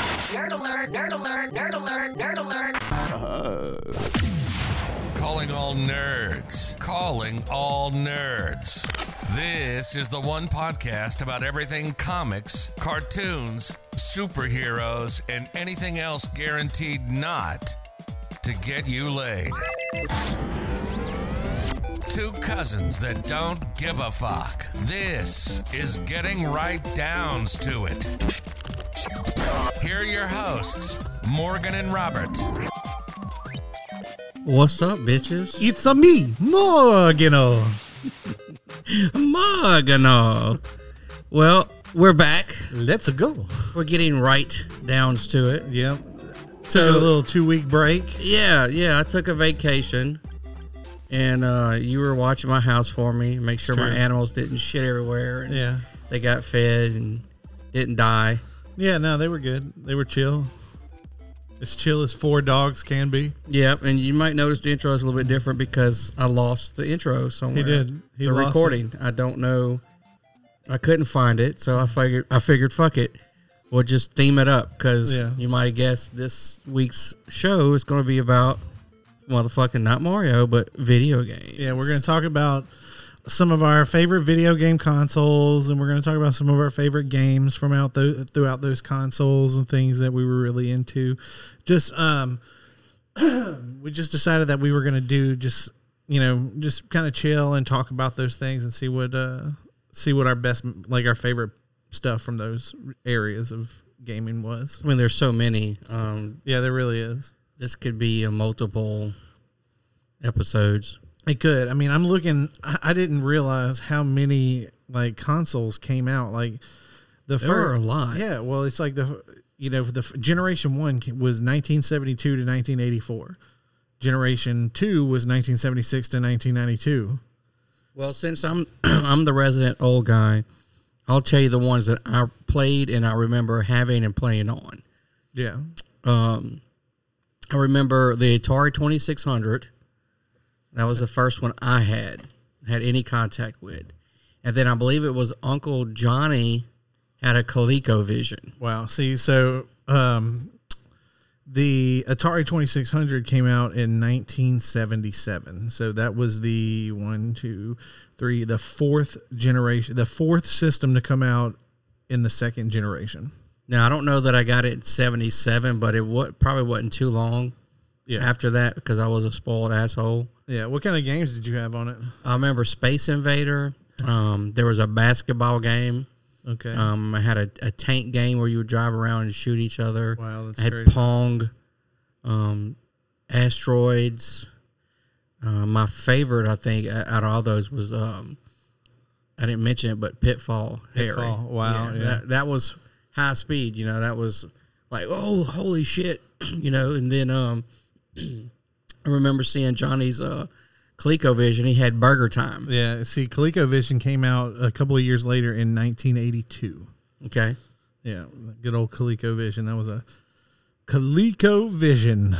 Nerd alert, nerd alert, nerd alert, nerd alert. Calling all nerds. Calling all nerds. This is the one podcast about everything comics, cartoons, superheroes, and anything else guaranteed not to get you laid. Two cousins that don't give a fuck. This is getting right downs to it. Here are your hosts, Morgan and Robert. What's up, bitches? It's a me, Morgano. Morgano. Well, we're back. Let's go. We're getting right downs to it. Yep. Took a So, little two week break. yeah, yeah, I took a vacation and uh, you were watching my house for me, make sure my Sure. animals didn't shit everywhere and Yeah. they got fed and didn't die. Yeah, no, they were good. They were chill. As chill as four dogs can be. Yep, and you might notice the intro is a little bit different because I lost the intro somewhere. He did. He the lost it. recording. I don't know. I couldn't find it, so I figured. I figured, fuck it. We'll just theme it up because Yeah. you might guess this week's show is going to be about motherfucking not Mario, but video games. Yeah, we're going to talk about some of our favorite video game consoles, and we're going to talk about some of our favorite games from out tho- throughout those consoles and things that we were really into. Just um, we just decided that we were going to do just you know just kind of chill and talk about those things and see what uh see what our best like our favorite stuff from those areas of gaming was. I mean, there's so many. Um, Yeah, there really is. this could be a multiple episodes. It could. I mean, I'm looking. I I didn't realize how many like consoles came out. Like the There are a first, lot. yeah. Well, it's like the you know the f- generation one ca- was 1972 to 1984. Generation two was 1976 to 1992. Well, since I'm I'm the resident old guy, I'll tell you the ones that I played and I remember having and playing on. Yeah, Um, I remember the Atari 2600. That was the first one I had had any contact with, and then I believe it was Uncle Johnny had a ColecoVision. Wow. See, so um, the Atari 2600 came out in 1977. So that was the one, two, three, the fourth generation, the fourth system to come out in the second generation. Now I don't know that I got it in '77, but it wa probably wasn't too long Yeah. after that because I was a spoiled asshole. Yeah. What kind of games did you have on it? I remember Space Invader. Um, there was a basketball game. Okay. Um, I had a, a tank game where you would drive around and shoot each other. Wow, that's I had crazy. Pong, um, asteroids. Uh, my favorite, I think, o- out of all those was um, I didn't mention it, but Pitfall. Harry. Pitfall, wow, yeah. That, that was high speed. You know, that was like, oh, holy shit, you know. And then um, I remember seeing Johnny's uh, ColecoVision. He had Burger Time. yeah. See, ColecoVision came out a couple of years later in 1982. Okay. Yeah. Good old ColecoVision. That was a ColecoVision.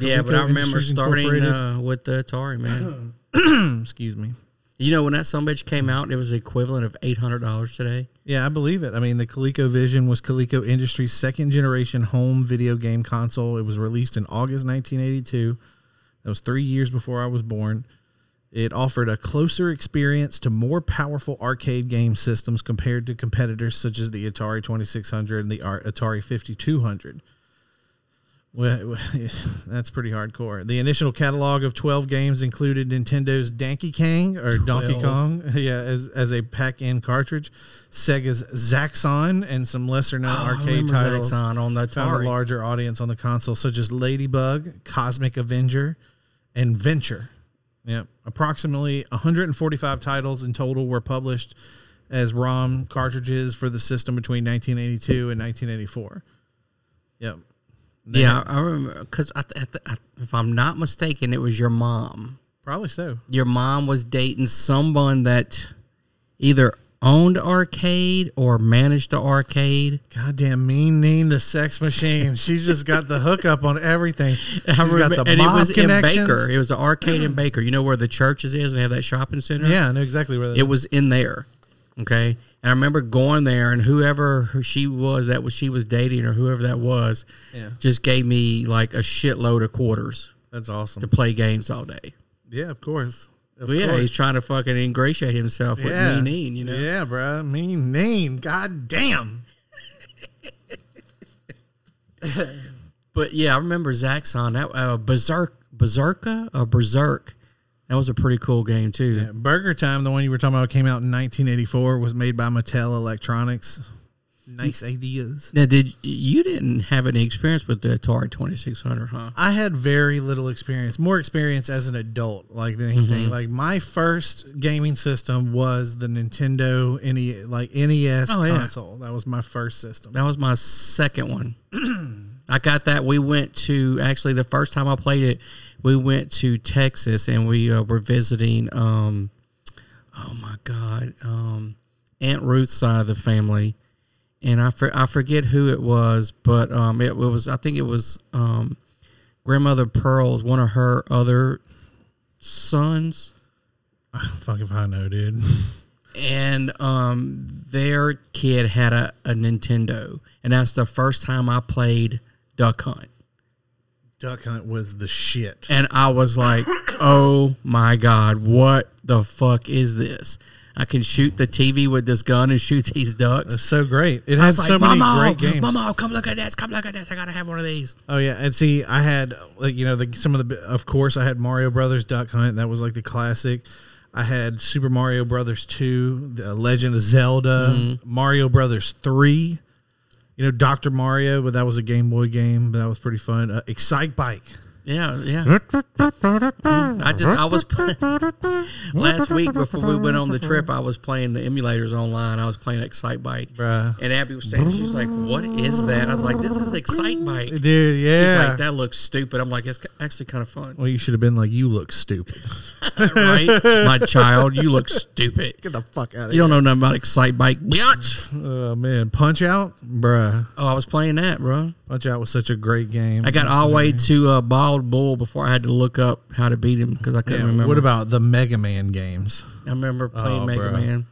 Yeah, but I Coleco remember Industries starting um, Incorporated. uh, with the Atari, man. Excuse me. You know, when that some bitch came out, it was the equivalent of eight hundred dollars today. Yeah, I believe it. I mean, the ColecoVision was Coleco Industries' second generation home video game console. It was released in August 1982. That was three years before I was born. It offered a closer experience to more powerful arcade game systems compared to competitors such as the Atari 2600 and the Ar- Atari 5200. Well, that's pretty hardcore. The initial catalog of 12 games included Nintendo's Donkey Kong or Donkey Twelve. Kong, yeah, as, as a pack-in cartridge, Sega's Zaxxon, and some lesser-known arcade titles Ah, Zaxxon on the found a Atari. larger audience on the console, such as Ladybug, Cosmic Avenger, and Venture. Yeah, approximately 145 titles in total were published as ROM cartridges for the system between 1982 and 1984. Yep. Yeah, I remember because I, th- I th- I, if I'm not mistaken, it was your mom. Probably so. Your mom was dating someone that either owned arcade or managed the arcade. Goddamn mean Nene, the sex machine. She's just got the hookup on everything. She's I got remember- the and it mob was in connections. Baker. It was the arcade in Baker. You know where the churches is and they have that shopping center. Yeah, I know exactly where that it was in there. Okay, And I remember going there, and whoever her- she was that was she was dating, or whoever that was, Yeah. just gave me like a shitload of quarters That's to awesome. play games all day. Yeah, of course. Of But yeah, course. he's trying to fucking ingratiate himself with yeah. Neen, you know. Yeah, bro. Mean Neen. God damn. But yeah, I remember Zach's on that uh, Berserk, Berserker or Berserk. That was a pretty cool game too. Yeah, Burger Time, the one you were talking about, came out in 1984. Was made by Mattel Electronics. Nice ideas. Now, did you didn't have any experience with the Atari Twenty Six Hundred, huh? I had very little experience, more experience as an adult, like than anything. Mm-hmm. Like my first gaming system was the Nintendo any like NES Oh, yeah. console. That was my first system. That was my second one. I got that. We went to actually the first time I played it, we went to Texas and we uh, were visiting. Um, oh my God, um, Aunt Ruth's side of the family, and I for, I forget who it was, but um, it, was I think it was um, grandmother Pearl's one of her other sons. Fuck if I know, dude. and um, their kid had a, a Nintendo, and that's the first time I played Duck Hunt, Duck Hunt was the shit. and I was like, "Oh my god, what the fuck is this? I can shoot the TV with this gun and shoot these It's ducks." so great. It I has was like, so many "Mama, great games. Mama, come look at this! Come look at this! I gotta have one of these." Oh yeah, and see, I had like you know the some of the bi- of course I had Mario Brothers Duck Hunt that was like the classic. I had Super Mario Brothers two, The uh, Legend of Zelda, Mm-hmm. Mario Brothers three. You know Doctor Mario, but that was a Game Boy game, but that was pretty fun. Uh, Excite Bike. Yeah, yeah. Mm-hmm. Mm, I just I was last week before we went on the trip. I was playing the emulators online. I was playing Excite Bike, Bruh. and Abby was saying she's like, "What is that?" I was like, "This is Excite Bike." She's Dude, yeah. like, "That looks stupid." I'm like, "It's ca- actually kind of fun, well, you should have been like, you look stupid. right, my child? You look stupid. Get the fuck out of You here. don't know nothing about Excite Bike, biatch." Oh man, Punch Out, bruh. Oh, I was playing that, bro. Punch Out was such a great game. I got all the way to uh, Bald Bull before I had to look up how to beat him because I couldn't remember. What about the Mega Man games? I remember playing Oh, Mega bruh. Man.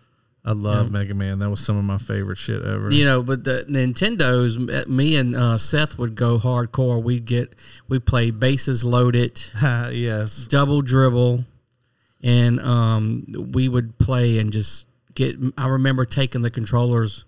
I love Mega Man. That was some of my favorite shit ever. you know but the nintendo's m- me and uh, seth would go hardcore we'd get we play bases loaded yes. double dribble and um, we would play and just get i remember taking the controllers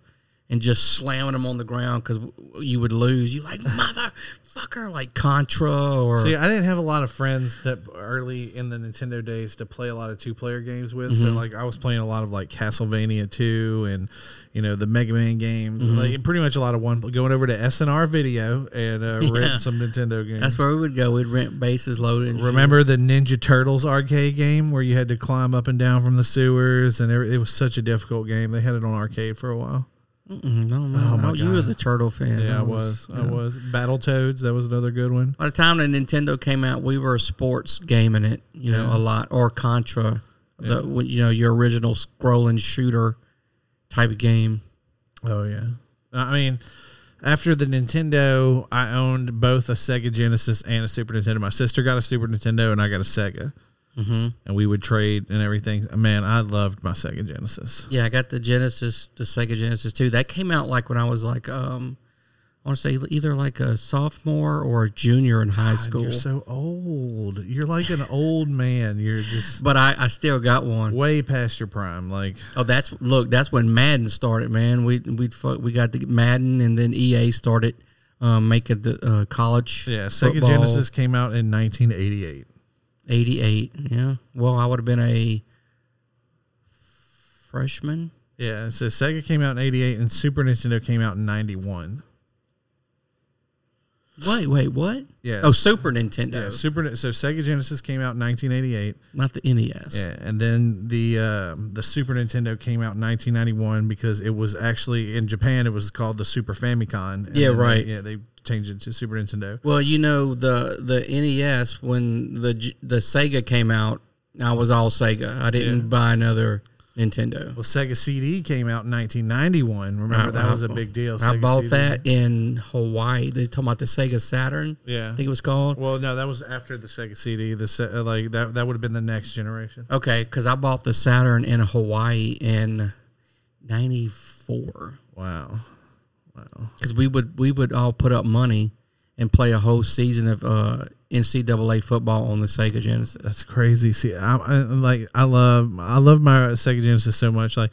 and just slamming them on the ground because you would lose you like motherfucker like contra or See, I didn't have a lot of friends that early in the Nintendo days to play a lot of two player games with. Mm-hmm. So like I was playing a lot of like Castlevania 2 and you know the Mega Man games. Mm-hmm. Like pretty much a lot of one going over to SNR video and uh, Yeah. rent some Nintendo games. that's where we would go we'd rent bases loaded and shit. Remember the Ninja Turtles arcade game where you had to climb up and down from the sewers and every, it was such a difficult game. They had it on arcade for a while. Mm, no, no, Oh, my no, you were God. the turtle fan Yeah, I was. I yeah. was. Battletoads, that was another good one. By the time the Nintendo came out, we were sports gaming it, you know, Yeah. a lot or Contra, the when, you know your original scrolling shooter type of game. Oh yeah. I mean, after the Nintendo, I owned both a Sega Genesis and a Super Nintendo. My sister got a Super Nintendo and I got a Sega. Mm-hmm. And we would trade and everything. Man, I loved my Sega Genesis. Yeah, I got the Genesis, the Sega Genesis too. That came out like when I was like, um, I want to say either like a sophomore or a junior in high God, school. You're so old. You're like an old man. You're just but I, I still got one. way past your prime. Like, Oh, that's look. That's when Madden started, man. We we fuck, we got the Madden, and then EA started um, making the uh, college. yeah, Sega football. Genesis came out in 1988. 88. Yeah. Well, I would have been a freshman. Yeah, so Sega came out in 88 and Super Nintendo came out in 91. Wait, wait, what? Yeah. Oh, Super Nintendo, Yeah, Super so Sega Genesis came out in 1988. not the E NES. Yeah, and then the um the Super Nintendo came out in 1991 because it was actually in Japan. It was called the Super Famicom. and Yeah, then they- right. yeah, they changed it to Super Nintendo. Well, you know the the NES when the G- the Sega came out, I was all Sega. I didn't Yeah. buy another Nintendo. Well, Sega CD came out in 1991. Remember I- that I- was a big deal. Uh, I Sega bought CD. that in Hawaii. They're talking about the Sega Saturn. Yeah. I think it was called. Well, no, that was after the Sega CD. The se- uh, like that that would have been the next generation. Okay, because I bought the Saturn in Hawaii, and ninety four. Wow. because we would we would all put up money and play a whole season of uh, NCAA football on the Sega Genesis. That's crazy. See, I, I like I love I love my Sega Genesis so much. Like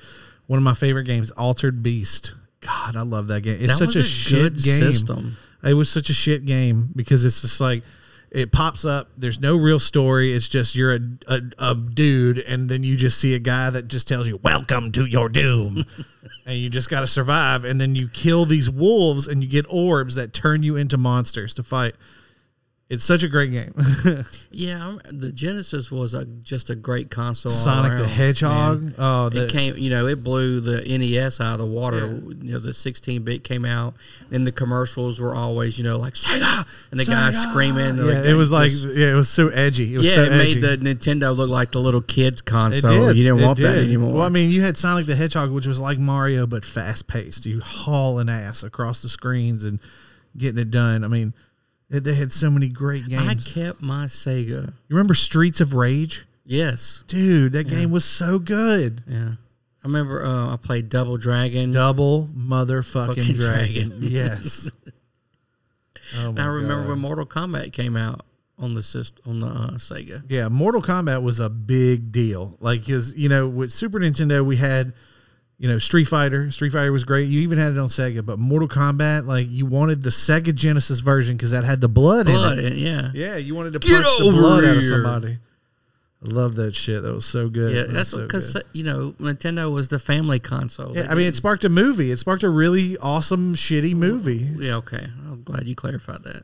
one of my favorite games, Altered Beast. God, I love that game. It's That such was a, a shit good game. system. It was such a shit game because it's just like it pops up. There's no real story. It's just you're a, a, a dude, and then you just see a guy that just tells you, "Welcome to your doom," and you just got to survive. And then you kill these wolves, and you get orbs that turn you into monsters to fight. It's such a great game. Yeah, I rem- the Genesis was a, just a great console. all Sonic the around, Hedgehog. man. Oh, the, It came, you know, it blew the NES out of the water. You know, the 16-bit came out, and the commercials were always, you know, like Sega, and the guy Sega! screaming. and the Yeah, guy it was like just- yeah, it was so edgy. It was yeah, so it edgy. made the Nintendo look like the little kids It console. You didn't It want that did. anymore. Well, I mean, you had Sonic the Hedgehog, which was like Mario but fast paced. You hauling ass across the screens and getting it done. I mean, it, they had so many great I games. kept my Sega. You remember Streets of Rage, Yes. dude? That game was so good. Yeah. I remember uh, I played Double Dragon. Double motherfucking Fucking dragon. dragon. yes. Oh my I remember God. when Mortal Kombat came out on the syst- on the uh, Sega. Yeah, Mortal Kombat was a big deal. Like, because, you know, with Super Nintendo, we had, you know, Street Fighter. Street Fighter was great. You even had it on Sega, but Mortal Kombat, like, you wanted the Sega Genesis version because that had the blood, Blood, in it. yeah. yeah. Yeah, you wanted to Get punch the blood over out of here. somebody. I love that shit. That was so good. That was that's so because good. you know Nintendo was the family console. Yeah, They I mean, did- it sparked a movie. It sparked a really awesome, shitty movie. yeah, okay. I'm glad you clarified that.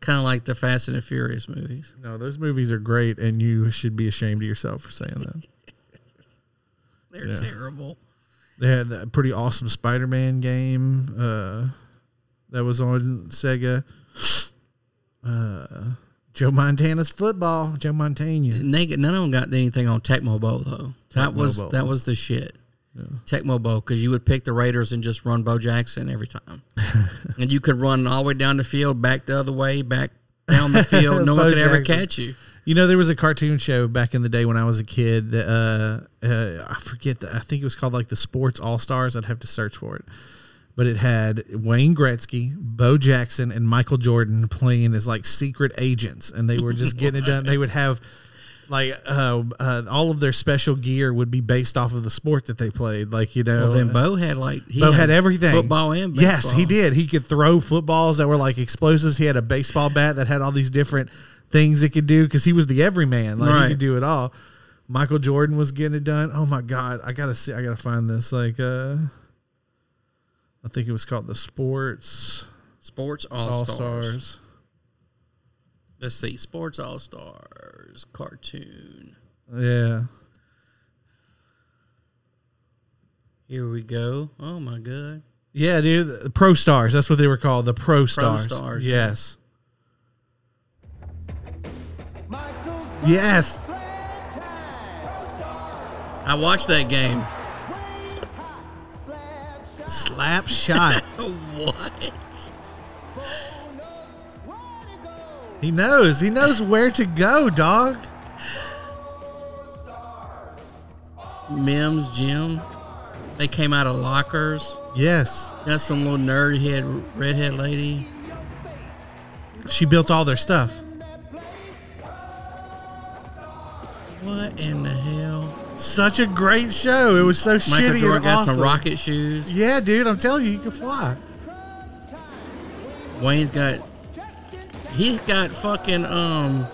Kind of like the Fast and the Furious movies. No, those movies are great, and you should be ashamed of yourself for saying that. They're Yeah. terrible. They had a pretty awesome Spider Man game uh, that was on Sega. Uh, Joe Montana's football. Joe Montana. And they get- none of them got anything on Tecmo Bowl though. That Tecmo was Bowl. that was the shit. Tecmo Bowl because you would pick the Raiders and just run Bo Jackson every time, and you could run all the way down the field, back the other way, back down the field. No one Bo could ever Jackson. catch you. You know, there was a cartoon show back in the day when I was a kid. that, Uh, uh, I forget that. I think it was called like the Sports All Stars. I'd have to search for it. But it had Wayne Gretzky, Bo Jackson, and Michael Jordan playing as like secret agents, and they were just getting it done. They would have like uh, uh, all of their special gear would be based off of the sport that they played. Like you know, uh, Well, then Bo had like he Bo had everything. football and Yes, he baseball. did. He could throw footballs that were like explosives. He had a baseball bat that had all these different things it could do because he was the everyman. Like he Right. could do it all. Michael Jordan was getting it done. Oh my God. I gotta see I gotta find this. Like uh I think it was called the Sports Sports All All Stars. Stars. Let's see, Sports All Stars cartoon. Yeah. Here we go. Oh my god. Yeah, dude. The Pro Stars. That's what they were called. The Pro Stars. Stars, yeah. Yes. Yes. I watched that game. Slap shot. what? He knows. He knows where to go, dog. Mims Jim. They came out of lockers. Yes. Got some little nerd head redhead lady. She built all their stuff. What in the hell? Such a great show. It was so Michael shitty Jordan and got awesome. some rocket shoes. Yeah, dude. I'm telling you, you can fly. Wayne's got he's got fucking um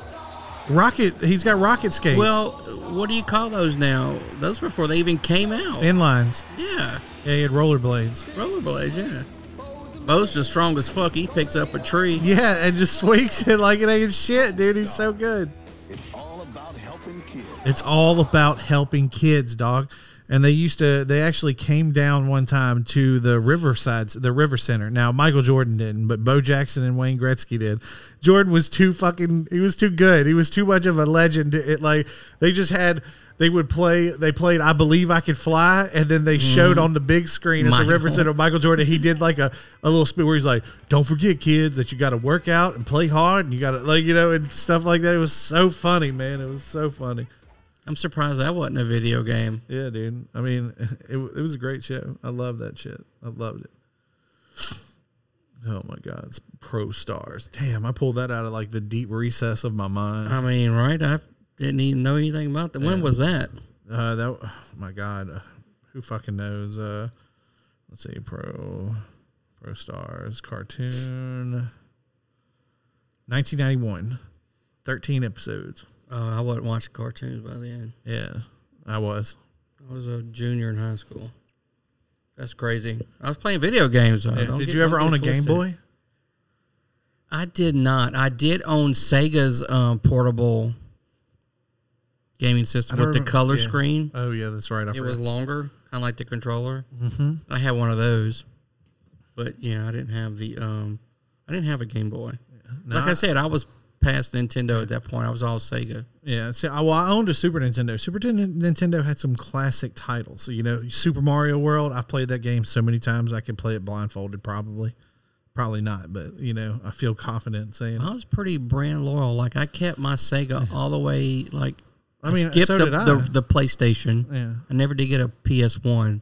Rocket. He's got rocket skates. Well, what do you call those now? Those were before they even came out. inlines. yeah, Yeah, he had rollerblades. rollerblades. Yeah, Bo's just strong as fuck. He picks up a tree. Yeah, and just swings it like it ain't shit, dude. He's so good. It's all about helping kids. It's all about helping kids, dog. And they used to, they actually came down one time to the Riverside, the River Center. Now, Michael Jordan didn't, but Bo Jackson and Wayne Gretzky did. Jordan was too fucking, he was too good. He was too much of a legend. It like, they just had, they would play, they played I Believe I Could Fly, and then they showed on the big screen at the Michael. River Center Michael Jordan. He did like a, a little spit where he's like, don't forget, kids, that you got to work out and play hard and you got to, like, you know, and stuff like that. It was so funny, man. It was so funny. I'm surprised that wasn't a video game. Yeah, dude. I mean, it, w- it was a great show. I love that shit. I loved it. Oh my god, it's pro stars. Damn, I pulled that out of like the deep recess of my mind. I mean, right? I didn't even know anything about that. When was that? Uh, that oh my god, uh, who fucking knows? Uh, let's see, pro pro stars cartoon, nineteen ninety one. 13 episodes. Oh, I wasn't watching cartoons by then. Yeah, I was. I was a junior in high school. That's crazy. I was playing video games. Though. Yeah. Oh, Don't Did get- you ever don't own get a Game twisted. Boy? I did not. I did own Sega's um, portable gaming I system don't with the remember- color yeah. screen. Oh, yeah, that's right. I It forgot. was longer, kind of like the controller. Mm-hmm. I had one of those, but yeah, I didn't have the. Um, I didn't have a Game Boy. No, like I, said, I was past Nintendo at that point. I was all Sega. Yeah, see, I, well, I owned a Super Nintendo. Super Tin- Nintendo had some classic titles. So, you know, Super Mario World. I've played that game so many times. I could play it blindfolded, probably, probably not. But you know, I feel confident in saying. I was pretty brand loyal. Like I kept my Sega all the way. Like I mean, skipped so the, did I. the the PlayStation. Yeah. I never did get a PS One.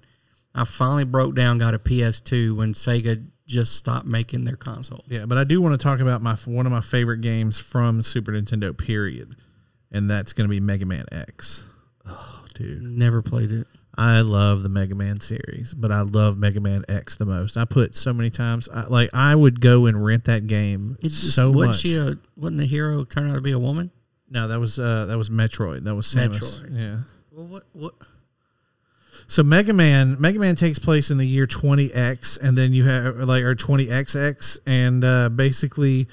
I finally broke down, got a PS Two when Sega just stopped making their console. yeah, but I do want to talk about my one of my favorite games from Super Nintendo. Period, and that's going to be Mega Man X. Oh, dude. Never played it. I love the Mega Man series, but I love Mega Man X the most. I put so many times, I, like I would go and rent that game It's just, so wasn't much. she a wasn't the hero turn out to be a woman? no, that was uh, that was Metroid. That was Samus. Metroid. Yeah. Well, what what? So Mega Man, Mega Man takes place in the year 20X, and then you have like or 20XX, and uh, basically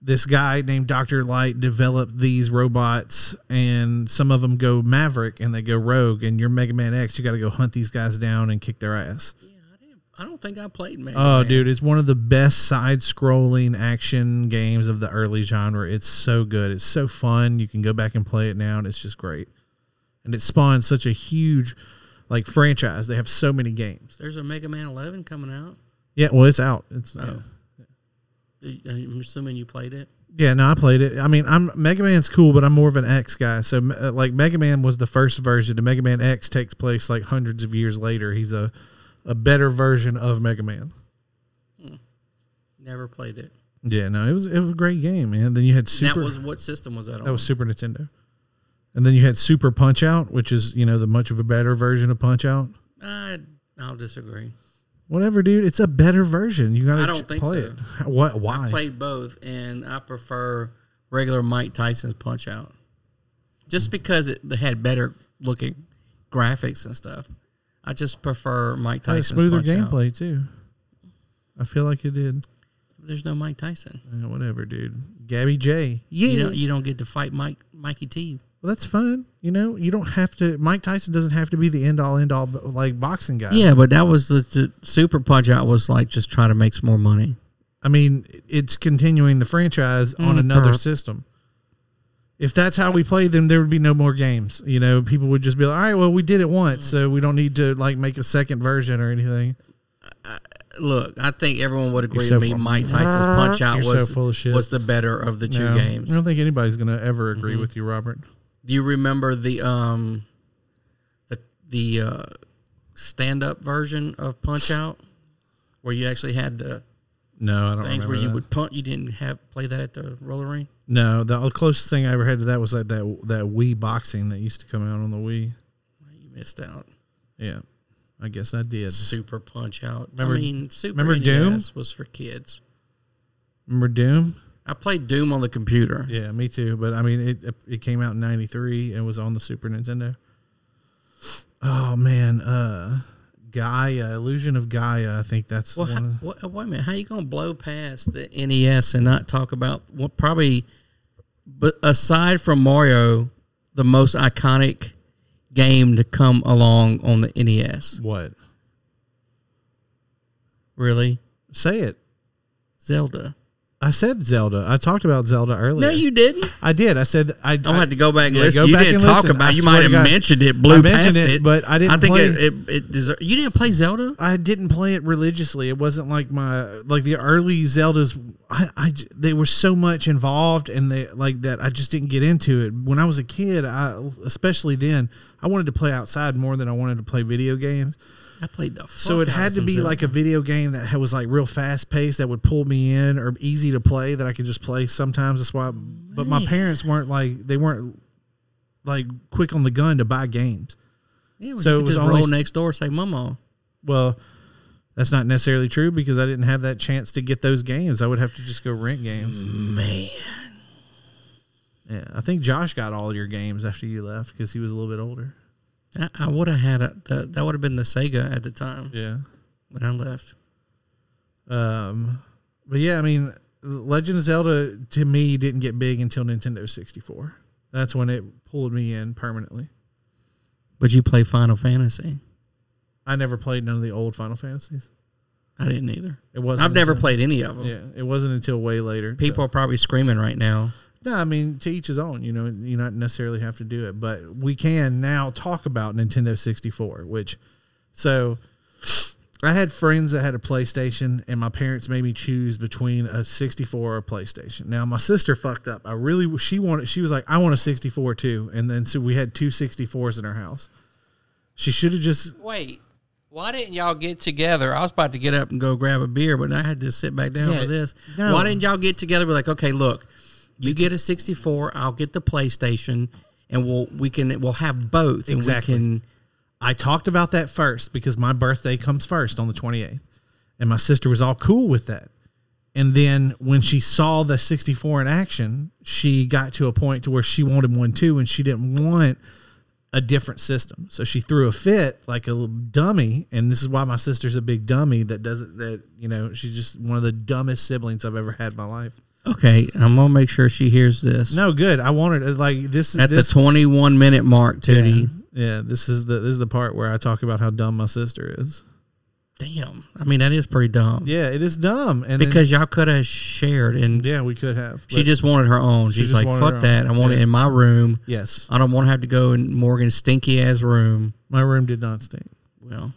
this guy named Doctor Light developed these robots, and some of them go Maverick and they go Rogue, and you're Mega Man X. You got to go hunt these guys down and kick their ass. I don't think I played Mega Oh, Man. dude, it's one of the best side-scrolling action games of the early genre. It's so good. It's so fun. You can go back and play it now, and it's just great. And it spawned such a huge, like franchise. They have so many games. There's a Mega Man 11 coming out. Uh, Yeah, well, it's out. It's uh, out. I'm assuming you played it. Yeah, no, I played it. I mean, I'm Mega Man's cool, but I'm more of an X guy. So, me- uh, like, Mega Man was the first version. The Mega Man X takes place like hundreds of years later. He's a, a better version of Mega Man. Never played it. Yeah, no, it was it was a great game, man. Then you had And Super. that was what system was that on? That was Super Nintendo. And then you had Super Punch Out, which is, you know, the much of a better version of Punch Out. I, I'll disagree. Whatever, dude. It's a better version. You gotta I don't ch- think play so. it. How- What why? I played both, and I prefer regular Mike Tyson's Punch Out, just because it had better looking graphics and stuff. I just prefer Mike Had a Tyson's smoother Punch Out. gameplay too. I feel like it did. There's no Mike Tyson. Yeah, whatever, dude. Gabby J. Yeah. You don't you don't get to fight Mike Mikey T. well, that's fun. You know, you don't have to Mike Tyson doesn't have to be the end all end all like boxing guy. Yeah, but that was the, the Super Punch Out was like just trying to make some more money. I mean, it's continuing the franchise Mm-hmm. on another burp. system. If that's how we play, then there would be no more games. You know, people would just be like, "All right, well, we did it once, so we don't need to like make a second version or anything." Look, I think everyone would agree You're so with me. full- Mike Tyson's Punch Out You're so was full of shit. was the better of the two No, games. Mm-hmm. I don't think anybody's going to ever agree with you, Robert. Do you remember the um the the uh, stand up version of Punch Out, where you actually had the No, I don't things remember where you that. would punt? You didn't have play that at the roller rink. No, the closest thing I ever had to that was like that that Wii boxing that used to come out on the Wii. You missed out. Yeah, I guess I did. Super Punch Out. Remember- I mean, Super remember Doom? NES was for kids. Remember Doom? I played Doom on the computer. Yeah, me too. But I mean, it it came out in '93 and was on the Super Nintendo. Oh man, uh, Gaia, Illusion of Gaia. I think that's Well, one. how, Of the, what, wait a minute. How you gonna blow past the NES and not talk about well, probably, but aside from Mario, the most iconic game to come along on the E NES? what? Really, Say it. Zelda. I said Zelda. I talked about Zelda earlier. No, you didn't. I did. I said I. I'm gonna I- have to go back and yeah, listen. go you back didn't and talk listen. I about. You swear might to have God. mentioned it. Blew I mentioned past it, it, but I didn't I think play it. It, it deser- You didn't play Zelda. I didn't play it religiously. It wasn't like my like the early Zeldas. I, I j- they were so much involved and they like that. I just didn't get into it when I was a kid. I especially then I wanted to play outside more than I wanted to play video games. I played the. Fuck So out of it had to some be Zelda. like a video game that had- was like real fast paced that would pull me in or easy to play that I could just play sometimes. That's why. But my parents weren't like they weren't like quick on the gun to buy games. Yeah, well, so you it could was just only roll s- next door. Say, Mama. Well, that's not necessarily true because I didn't have that chance to get those games. I would have to just go rent games. Mm-hmm. Man, Yeah, I think Josh got all your games after you left because he was a little bit older. I, I would have had a, that. That would have been the Sega at the time Yeah. when I left. Um, but yeah, I mean, Legend of Zelda to me didn't get big until Nintendo 64. That's when it pulled me in permanently. But you play Final Fantasy. I never played none of the old Final Fantasies. I didn't either. It wasn't. I've never until- played any of them. Yeah, it wasn't until way later. so- People are probably screaming right now. No, I mean to each his own. You know, you not necessarily have to do it, but we can now talk about Nintendo 64, which so I had friends that had a PlayStation and my parents made me choose between a 64 or a PlayStation. Now my sister fucked up. I really she wanted she was like I want a 64 too, and then so we had two 64s in our house. She should have just Wait, why didn't y'all get together? I was about to get up and go grab a beer, but I had to sit back down Yeah, for this. no. Why didn't y'all get together? We're like, okay, look, you get a 64, I'll get the PlayStation, and we'll we can we'll have both, and Exactly. we can. I talked about that first because my birthday comes first on the 28th. And my sister was all cool with that. And then when she saw the 64 in action, she got to a point to where she wanted one too and she didn't want a different system. So she threw a fit like a little dummy and this is why my sister's a big dummy that doesn't that you know, she's just one of the dumbest siblings I've ever had in my life. Okay, I'm gonna make sure she hears this. No, good. I wanted uh, like this is At this the 21 minute mark, Tootie. Yeah, this is the this is the part where I talk about how dumb my sister is. Damn, I mean that is pretty dumb. Yeah, it is dumb. And then- Because y'all could have shared, and Yeah, we could have. she but- just wanted her own. She's just like, wanted her "Fuck that! own." I want it Yeah. in my room. yes, I don't want to have to go in Morgan's stinky ass room." my room did not stink. Well,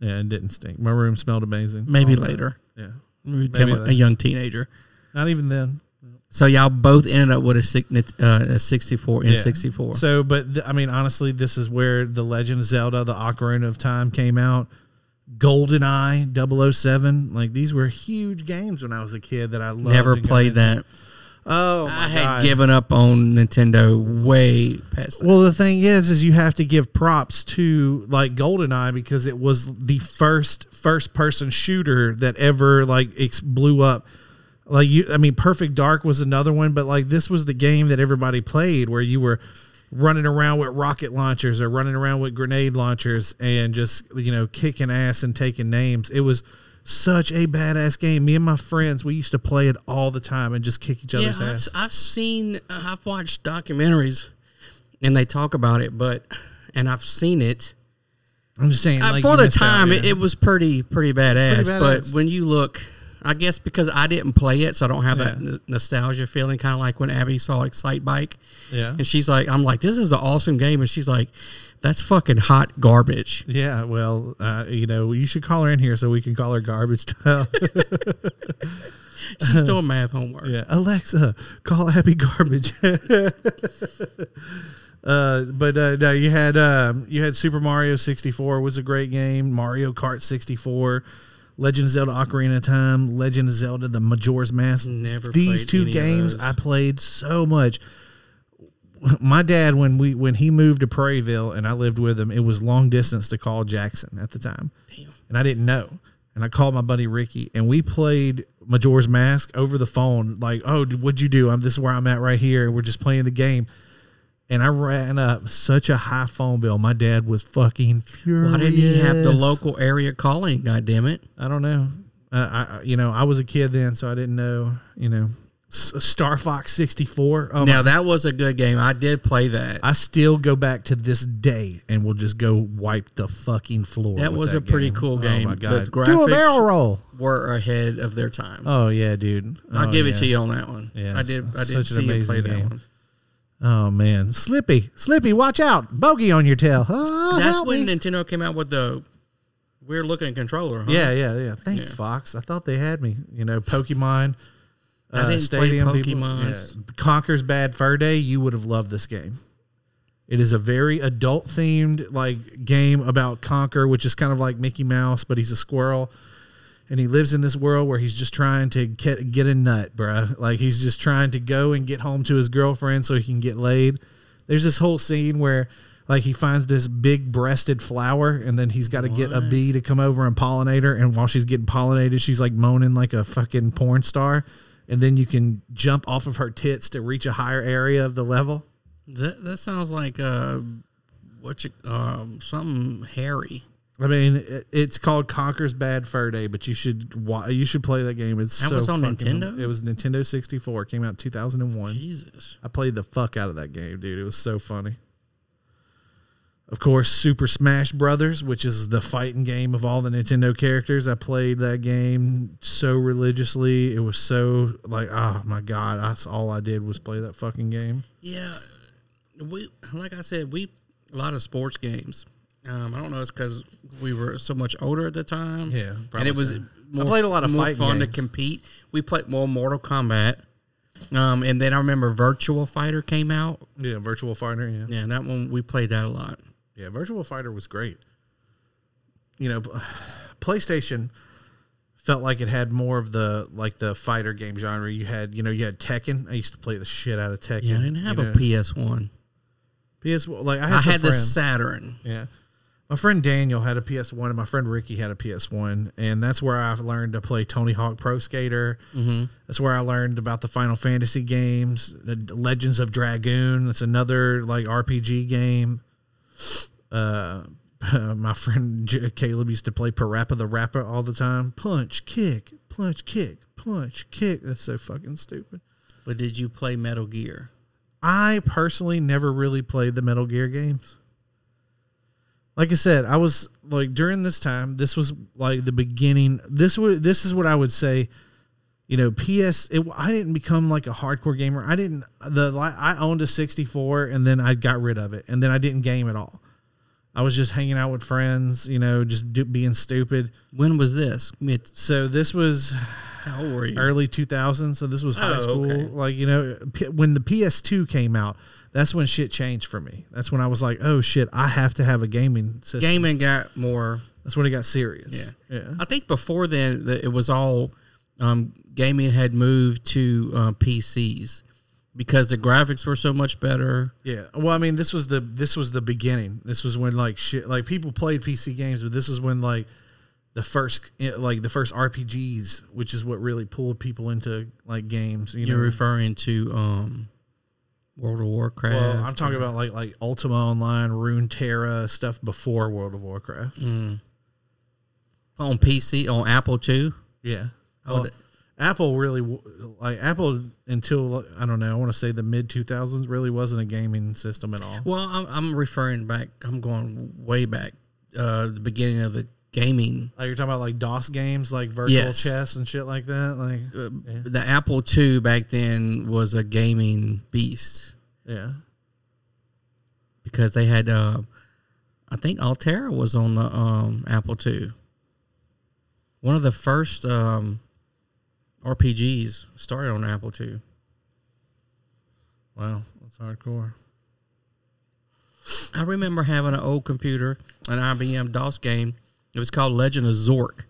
Yeah, it didn't stink. My room smelled amazing. maybe All night. later. Yeah, We Maybe become a- a later. young teenager. not even then. So y'all both ended up with a, sig- uh, a 64 and Yeah. 64. So, but th- I mean, honestly, this is where the Legend of Zelda: The Ocarina of Time came out. Golden Eye 007. like these were huge games when I was a kid that I loved Never and got played into. that. Oh, my I had God. given up on Nintendo way past that. Well, the thing is, is you have to give props to like GoldenEye because it was the first first person shooter that ever like ex- blew up. Like you, I mean, Perfect Dark was another one, but like this was the game that everybody played where you were running around with rocket launchers or running around with grenade launchers and just you know kicking ass and taking names. It was such a badass game. Me and my friends, we used to play it all the time and just kick each yeah, other's I've, ass. s- I've seen, uh, I've watched documentaries and they talk about it, but, and I've seen it. I'm just saying, Uh, like, for you the missed out, time, it, yeah. it was pretty pretty badass, badass. But when you look, I guess because I didn't play it, so I don't have that Yeah. n- nostalgia feeling. Kind of like when Abby saw Excite Bike, yeah. and she's like, "I'm like, this is an awesome game," and she's like, "That's fucking hot garbage." Yeah, well, uh, you know, you should call her in here so we can call her garbage time. She's doing math homework. yeah, Alexa, call Abby garbage. uh, but uh, no, you had um, you had Super Mario sixty four was a great game. Mario Kart sixty four, Legend of Zelda: Ocarina of Time, Legend of Zelda: The Majora's Mask. Never These played two any of games those. I played so much. My dad, when we when he moved to Prairieville and I lived with him, it was long distance to call Jackson at the time. and I didn't know. And I called my buddy Ricky, and we played Majora's Mask over the phone. Like, oh, d- what'd you do? I'm this is where I'm at right here. and We're just playing the game. And I ran up such a high phone bill. My dad was fucking furious. Why didn't he have the local area calling? God damn it! I don't know. Uh, I, I- you know, I was a kid then, so I didn't know. You know, S- Star Fox 64. Oh my Now that was a good game. I did play that. I still go back to this day and will just go wipe the fucking floor. That with was a pretty cool game. Oh my The god! Do a graphics- barrel roll. Were ahead of their time. Oh yeah, dude. I'll Oh, give it yeah. to you on that one. Yeah, I it's did. I did such an see you amazing play game. that one. Oh man, Slippy, Slippy, watch out! Bogey on your tail. Oh, That's help when me. Nintendo came out with the weird looking controller. Huh? yeah, yeah, yeah. Thanks, Yeah. Fox. I thought they had me. You know, Pokemon. uh, I didn't play Pokemons. people. Yeah. Conker's Bad Fur Day. You would have loved this game. It is a very adult themed like game about Conker, which is kind of like Mickey Mouse, but he's a squirrel, and he lives in this world where he's just trying to get get a nut, bruh. Like he's just trying to go and get home to his girlfriend so he can get laid. There's this whole scene where like he finds this big breasted flower and then he's got to get a bee to come over and pollinate her and while she's getting pollinated she's like moaning like a fucking porn star and then you can jump off of her tits to reach a higher area of the level That, that sounds like uh, what you um, something hairy. I mean, it- it's called Conker's Bad Fur Day, but you should wa- you should play that game. It's That so was on fucking- Nintendo? It was Nintendo sixty four. Came out two thousand and one. Jesus. I played the fuck out of that game, dude. It was so funny. Of course, Super Smash Brothers, which is the fighting game of all the Nintendo characters. I played that game so religiously. It was so like, oh my god, that's all I did was play that fucking game. Yeah, we like I said, we a lot of sports games. Um, I don't know, it's because we were so much older at the time. Yeah, and probably it was so. more, I played a lot of more fighting fun to games. compete. We played more Mortal Kombat, um, and then I remember Virtual Fighter came out. Yeah, Virtual Fighter. Yeah, Yeah, that one we played that a lot. Yeah, Virtual Fighter was great. You know, PlayStation felt like it had more of the like the fighter game genre. You had, you know, you had Tekken. I used to play the shit out of Tekken. Yeah, I didn't have you a know. PS One. PS. Like I had, I some had the friends. Saturn. Yeah. My friend Daniel had a PS1 and my friend Ricky had a PS1. And that's where I learned to play Tony Hawk Pro Skater. Mm-hmm. That's where I learned about the Final Fantasy games, the Legends of Dragoon. That's another like RPG game. Uh, my friend J- Caleb used to play Parappa the Rapper all the time. Punch, kick, punch, kick, punch, kick. That's so fucking stupid. But did you play Metal Gear? I personally never really played the Metal Gear games. Like I said, I was like during this time, this was like the beginning. This was this is what I would say, you know, PS it, I didn't become like a hardcore gamer. I didn't the li- I owned a 64 and then I got rid of it and then I didn't game at all. I was just hanging out with friends, you know, just do, being stupid. When was this? Mid- So this was How old were you? early 2000s so this was high Oh, school okay. like you know P- when the ps2 came out that's when shit changed for me that's when i was like oh shit i have to have a gaming system Gaming got more that's when it got serious yeah yeah I think before then the, it was all um, gaming had moved to uh, PCs because the graphics were so much better. yeah well i mean this was the this was the beginning this was when like shit like people played pc games but this is when like the first eh, like the first rpgs which is what really pulled people into like games you You're know referring to um, World of Warcraft. well, I'm talking about like like Ultima Online, Runeterra stuff before World of Warcraft. on PC on Apple too. Yeah. Oh, Well, the- Apple really w- like Apple until I don't know. I want to say the mid 2000s really wasn't a gaming system at all. Well, I'm, I'm referring back. I'm going way back, uh, the beginning of the gaming. Like you're talking about like DOS games, like virtual Yes. chess and shit like that. Like yeah, Uh, The Apple II back then was a gaming beast yeah. because they had, uh, I think Altera was on the um, Apple II. One of the first um, RPGs started on Apple II. Wow, that's hardcore. I remember having an old computer, an IBM DOS game. It was called Legend of Zork.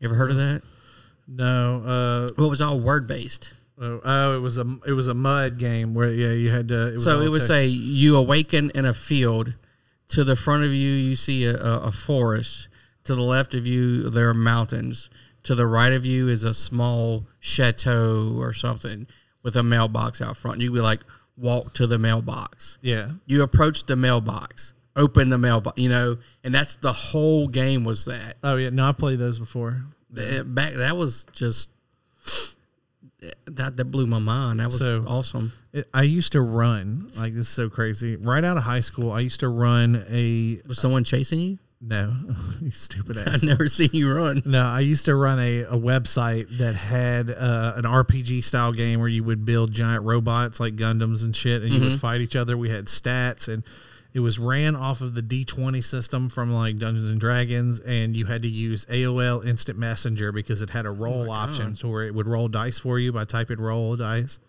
You ever heard of that? No, uh, Well, it was all word based. oh, oh, it was a it was a mud game where yeah you had to. It was So all it would tech- say you awaken in a field. To the front of you, you see a, a, a forest. To the left of you, there are mountains. To the right of you is a small chateau or something with a mailbox out front. You'd be like, walk to the mailbox. yeah. You approach the mailbox, open the mailbox, you know, and that's the whole game was that. Oh yeah, no, I played those before. Th- Back that was just that that blew my mind. That was So- awesome. It, I used to run like this is so crazy. Right out of high school, I used to run a Was someone chasing you? no, you stupid ass. I've never seen you run. No, I used to run a, a website that had uh, an RPG style game where you would build giant robots like Gundams and shit, and Mm-hmm. you would fight each other. We had stats, and it was ran off of the D20 system from like Dungeons and Dragons, and you had to use AOL Instant Messenger because it had a Oh roll option, so where it would roll dice for you by typing roll dice.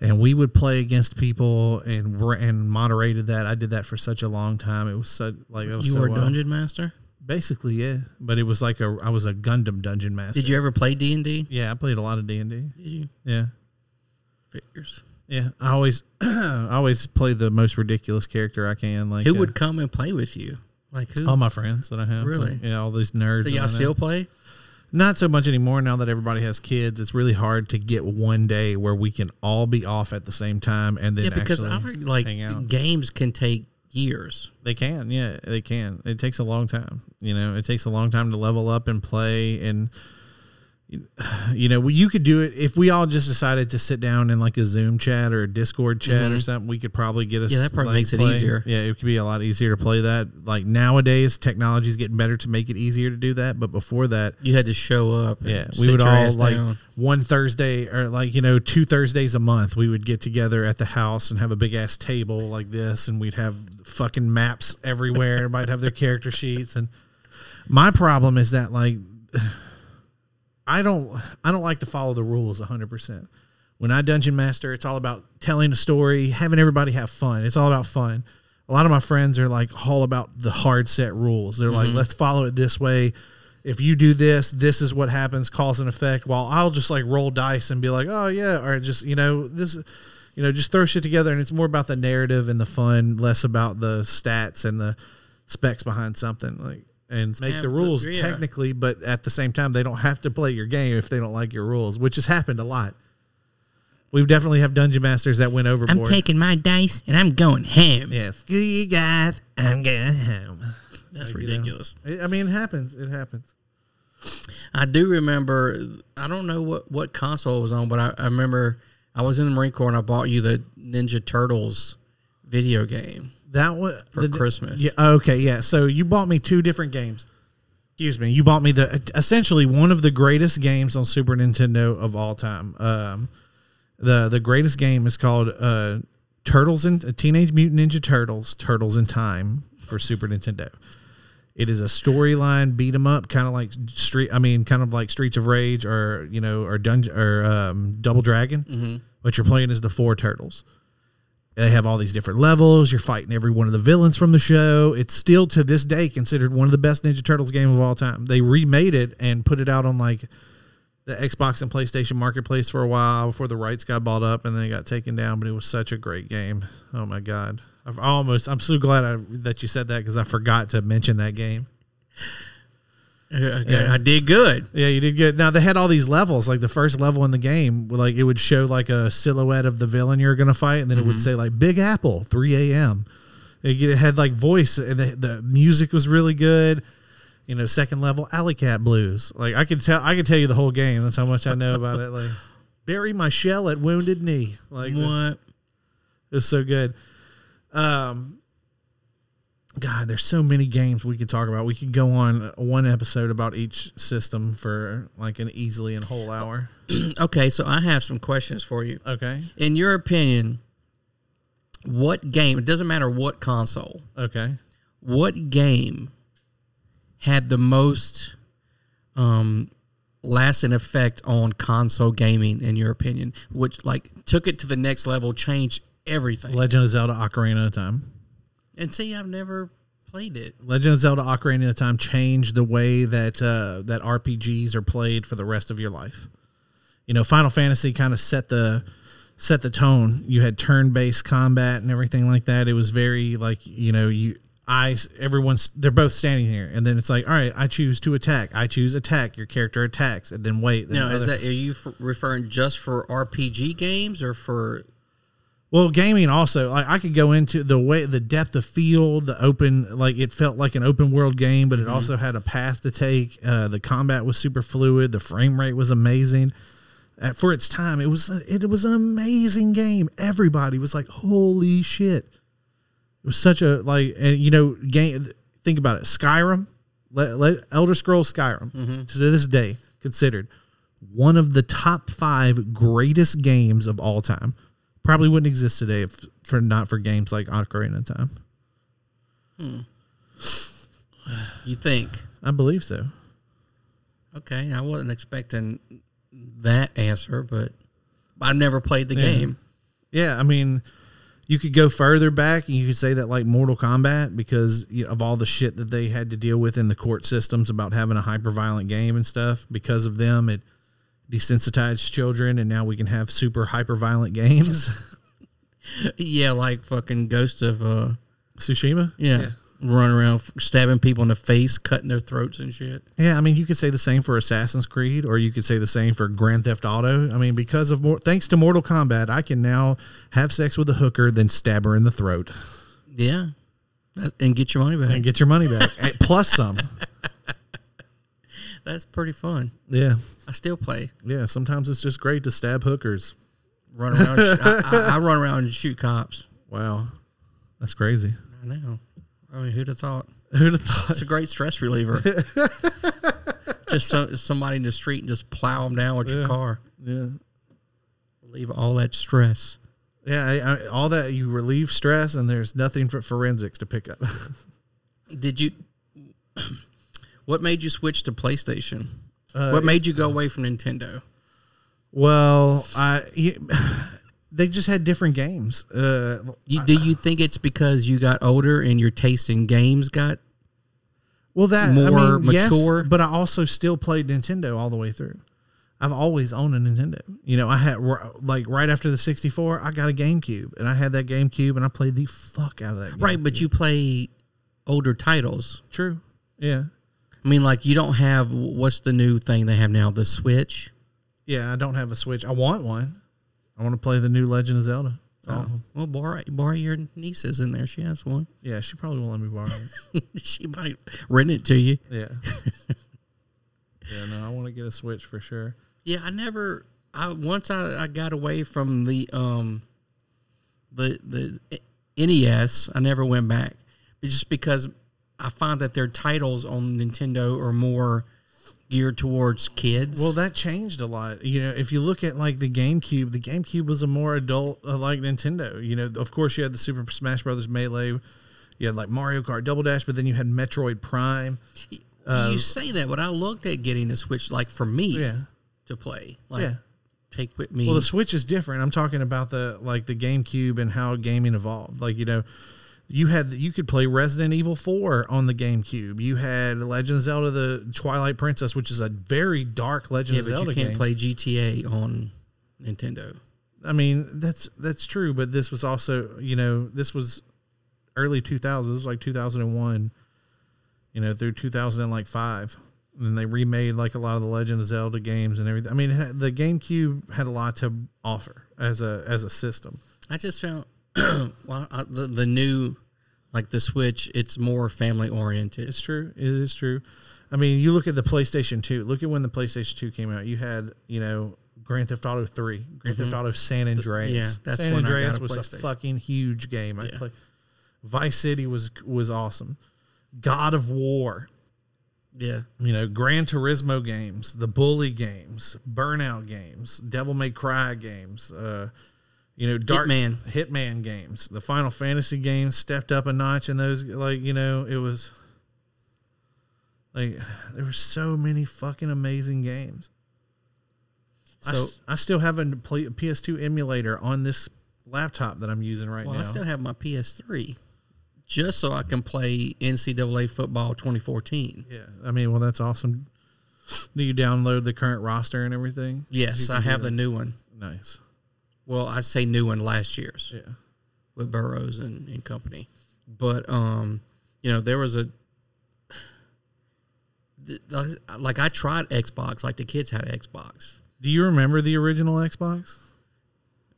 And we would play against people and ra- and moderated that. I did that for such a long time. It was so like that was You so uh, were a wild. dungeon master. Basically, yeah. But it was like a I was a Gundam dungeon master. Did you ever play D and D? Yeah, I played a lot of D and D. Did you? Yeah, Figures. yeah. I always I always play the most ridiculous character I can. Like Who uh, would come and play with you? Like who? all my friends that I have. Really? yeah, all these nerds. Do that I y'all know. still play? Not so much anymore now that everybody has kids. It's really hard to get one day where we can all be off at the same time and then Yeah, because I actually like hang out. games can take years. They can, yeah, they can. It takes a long time, you know. It takes a long time to level up and play, and you know, you could do it if we all just decided to sit down in like a Zoom chat or a Discord chat or something. We could probably get us. Mm-hmm. Yeah, that probably like, makes it play. easier. Yeah, it could be a lot easier to play that. Like nowadays, technology's getting better to make it easier to do that. But before that, You had to show up. and yeah, we sit would your all ass like down. one Thursday or like you know two Thursdays a month. We would get together at the house and have a big ass table like this, and we'd have fucking maps everywhere. Everybody'd have their character sheets, and my problem is that like I don't I don't like to follow the rules 100%. When I dungeon master, it's all about telling a story, having everybody have fun. It's all about fun. A lot of my friends are like all about the hard set rules. They're Mm-hmm. like, "Let's follow it this way. If you do this, this is what happens, cause and effect." While I'll just like roll dice and be like, "Oh yeah," or just, you know, this you know, just throw shit together and it's more about the narrative and the fun, less about the stats and the specs behind something like and make the Absolute- rules yeah. technical technically, but at the same time, they don't have to play your game if they don't like your rules, which has happened a lot. We've definitely have dungeon masters that went overboard. I'm taking my dice and I'm going ham. yeah, screw you guys. I'm going home. That's you know. ridiculous. I- I mean, it happens. It happens. I do remember. I don't know what what console it was on, but I, I remember I was in the Marine Corps and I bought you the Ninja Turtles video game. That was For Christmas. Yeah. Okay. Yeah. So you bought me two different games. Excuse me. You bought me the essentially one of the greatest games on Super Nintendo of all time. Um, the the greatest game is called uh, Turtles and uh, Teenage Mutant Ninja Turtles: Turtles in Time for Super Nintendo. It is a storyline beat 'em up, kind of like street. I mean, kind of like Streets of Rage or you know or Dungeon or um, Double Dragon. Mm-hmm. What you're playing is the four turtles. They have all these different levels. You're fighting every one of the villains from the show. It's still to this day considered one of the best Ninja Turtles game of all time. They remade it and put it out on like the Xbox and PlayStation marketplace for a while before the rights got bought up and then it got taken down. But it was such a great game. Oh my god! I've almost. I'm so glad I, that you said that because I forgot to mention that game. Okay, I did good. Yeah, you did good. Now they had all these levels. Like the first level in the game, like it would show like a silhouette of the villain you're gonna fight, and then it would say like Big Apple, 3 a.m. It it had like voice, and the, the music was really good. You know, second level Alley Cat Blues. Like I could tell, I could tell you the whole game. That's how much I know about it. Like bury my shell at wounded knee. Like What? it was so good. Um, God, there's so many games we could talk about. We could go on one episode about each system for like an easily and whole hour. Okay, so I have some questions for you. Okay. In your opinion, what game? It doesn't matter what console. Okay. What game had the most um, lasting effect on console gaming? In your opinion, which like took it to the next level, changed everything. Legend of Zelda Ocarina of Time. And see, I've never played it. Legend of Zelda Ocarina of Time changed the way that uh, that RPGs are played for the rest of your life. You know, Final Fantasy kind of set the set the tone. You had turn-based combat and everything like that. It was very like, you know, you I everyone's they're both standing here and then it's like, all right, I choose to attack. I choose attack. Your character attacks and then wait. Then Now, is other- that are you f- referring just for RPG games or for? Well, gaming also, like I could go into the way, the depth of field, the open, like it felt like an open world game, but it also had a path to take. Uh, the combat was super fluid. The frame rate was amazing. At, for its time, it was it was an amazing game. Everybody was like, "Holy shit!" It was such a like, and you know, game. Think about it, Skyrim, Le- Le- Elder Scrolls Skyrim, to this day considered one of the top five greatest games of all time. Probably wouldn't exist today if for not for games like Ocarina of Time. You think? I believe so. Okay, I wasn't expecting that answer, but I've never played the game. Yeah, I mean, you could go further back and you could say that like Mortal Kombat because you know, of all the shit that they had to deal with in the court systems about having a hyper violent game and stuff. Because of them, it desensitized children, and now we can have super hyper violent games. Yeah, like fucking Ghost of uh, Tsushima. yeah, running around f- stabbing people in the face, cutting their throats and shit. Yeah, I mean, you could say the same for Assassin's Creed, or you could say the same for Grand Theft Auto. I mean, because of more, thanks to Mortal Kombat, I can now have sex with a hooker, then stab her in the throat Yeah, That- and get your money back. and get your money back, and plus some. That's pretty fun. Yeah, I still play. yeah. Sometimes it's just great to stab hookers. Run around. and sh- I, I, I run around and shoot cops. Wow, that's crazy. I know. I mean, who'd have thought? Who'd have thought? It's a great stress reliever. just so, somebody in the street and just plow them down with your car. Yeah, Relieve all that stress. yeah. I, I, all that you relieve stress, and there's nothing for forensics to pick up. Did you? What made you switch to PlayStation? what made you go away from Nintendo? well, I. they just had different games. Uh, You, do you think it's because you got older and your taste in games got? Well, that I more mean, mature? Yes, but I also still played Nintendo all the way through. I've always owned a Nintendo. You know, I had r- like right after the 64, I got a GameCube, and I had that GameCube, and I played the fuck out of that. Game. Right, but you play older titles. true, yeah, I mean, like you don't have what's the new thing they have now? The Switch. yeah. I don't have a Switch. I want one. I want to play the new Legend of Zelda. That's all. Well, borrow, borrow your niece's in there. She has one. Yeah, she probably won't let me borrow it. she might rent it to you. Yeah. yeah, no, I want to get a Switch for sure. Yeah, I never. I once I, I got away from the um, the eh, the NES. I never went back, but just because I find that their titles on Nintendo are more geared towards kids. Well, that changed a lot. You know, if you look at like the GameCube, the GameCube was a more adult uh, like Nintendo. You know, of course you had the Super Smash Brothers Melee, you had like Mario Kart Double Dash, but then you had Metroid Prime. you say that, but I looked at getting a Switch, like for me Yeah. to play, like Yeah. take with me. Well, the Switch is different. I'm talking about the like the GameCube and how gaming evolved. Like, you know, you had you could play Resident Evil 4 on the GameCube. You had Legend of Zelda the Twilight Princess, which is a very dark Legend yeah, of but Zelda you can't game. play GTA on Nintendo. I mean, that's that's true, but this was also, you know, this was early 2000s, this was like 2001, you know, through 2005. And then they remade like a lot of the Legend of Zelda games and everything. I mean, it had- the GameCube had a lot to offer as a as a system. I just found well, I, the, the new like the Switch, it's more family oriented. It's true. It is true. I mean, you look at the PlayStation 2. Look at when the PlayStation 2 came out. You had, you know, Grand Theft Auto 3, Grand Theft Auto San Andreas. Mm-hmm. yeah, that's San when I got Andreas a was a PlayStation. fucking huge game. I play, Vice City was was awesome. God of War, Yeah, you know, Gran Turismo games, the Bully games, Burnout games, Devil May Cry games, uh, you know, Dark Hitman. Hitman games, the Final Fantasy games stepped up a notch, and those like you know it was like there were so many fucking amazing games. I, So- s- I still have a play, PS2 emulator on this laptop that I'm using right well, I now. still have my PS3 just so I can play NCAA football 2014. yeah, I mean, well, that's awesome. Do you download the current roster and everything? Yes, I have the new one. Nice. Well, I say new one last year's Yeah. with Burroughs and, and company, but um, you know there was a th- th- like I tried Xbox, like the kids had Xbox. Do you remember the original Xbox?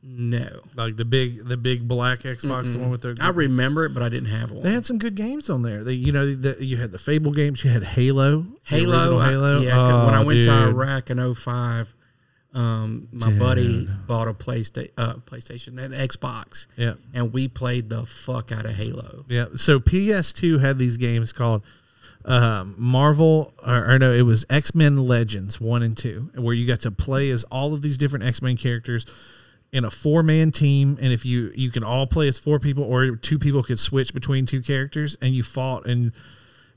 No, Like the big, the big black Xbox, the one with the. I remember it, but I didn't have one. they had some good games on there. They, you know, the, you had the Fable games. You had Halo. the Halo, original I- Halo. yeah. 'cause when I Oh, went to dude. Iraq in 05, Um, my buddy bought a PlayStation, uh, PlayStation, an Xbox. Yeah. and we played the fuck out of Halo. Yeah. So PS2 had these games called um, Marvel, or, or no, it was X Men Legends 1 and 2, where you got to play as all of these different X Men characters in a four man team. And if you, you can all play as four people, or two people could switch between two characters, and you fought and.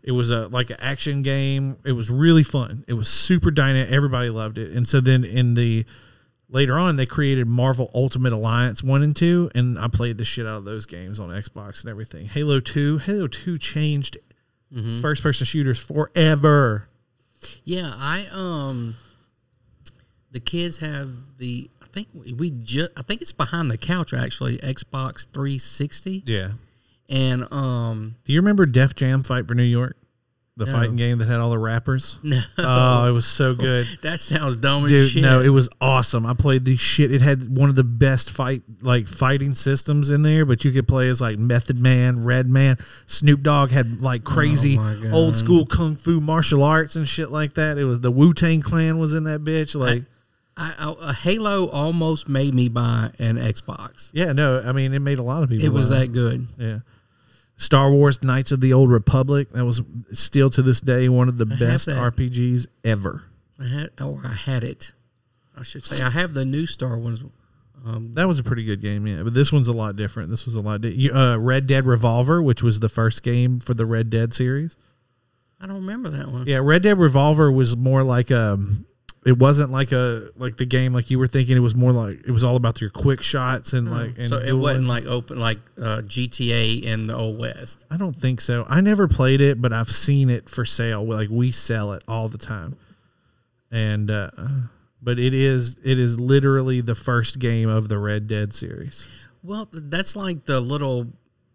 It was a like an action game. It was really fun. It was super dynamic. Everybody loved it. And so then in the later on they created Marvel Ultimate Alliance 1 and 2 and I played the shit out of those games on Xbox and everything. Halo 2, Halo 2 changed first person shooters forever. Yeah, I um, the kids have the. I think we- we just. I think it's behind the couch actually. Xbox 360 Yeah. and um. Do you remember Def Jam Fight for New York? The No. fighting game that had all the rappers? No. Oh, it was so good. That sounds dumb as Dude, shit. no, it was awesome. I played the shit. It had one of the best fight like fighting systems in there, but you could play as like Method Man, Red Man, Snoop Dogg had like crazy Oh my God. old school kung fu martial arts and shit like that. It was the Wu Tang Clan was in that bitch. Like, I, I, a Halo almost made me buy an Xbox. yeah, no, I mean it made a lot of people. It was laugh. that good. yeah. Star Wars Knights of the Old Republic. That was still to this day one of the best that. RPGs ever. I had, or I had it. I should say I have the new Star ones. Um, That was a pretty good game, yeah. But this one's a lot different. This was a lot. Di- you- uh, Red Dead Revolver, which was the first game for the Red Dead series. I don't remember that one. Yeah, Red Dead Revolver was more like um, it wasn't like a like the game like you were thinking. It was more like it was all about your quick shots and like. And Mm-hmm. so it dueling. wasn't like open like uh, GTA in the old west. I don't think so. I never played it, but I've seen it for sale. Like we sell it all the time, and uh, but it is it is literally the first game of the Red Dead series. Well, th- that's like the little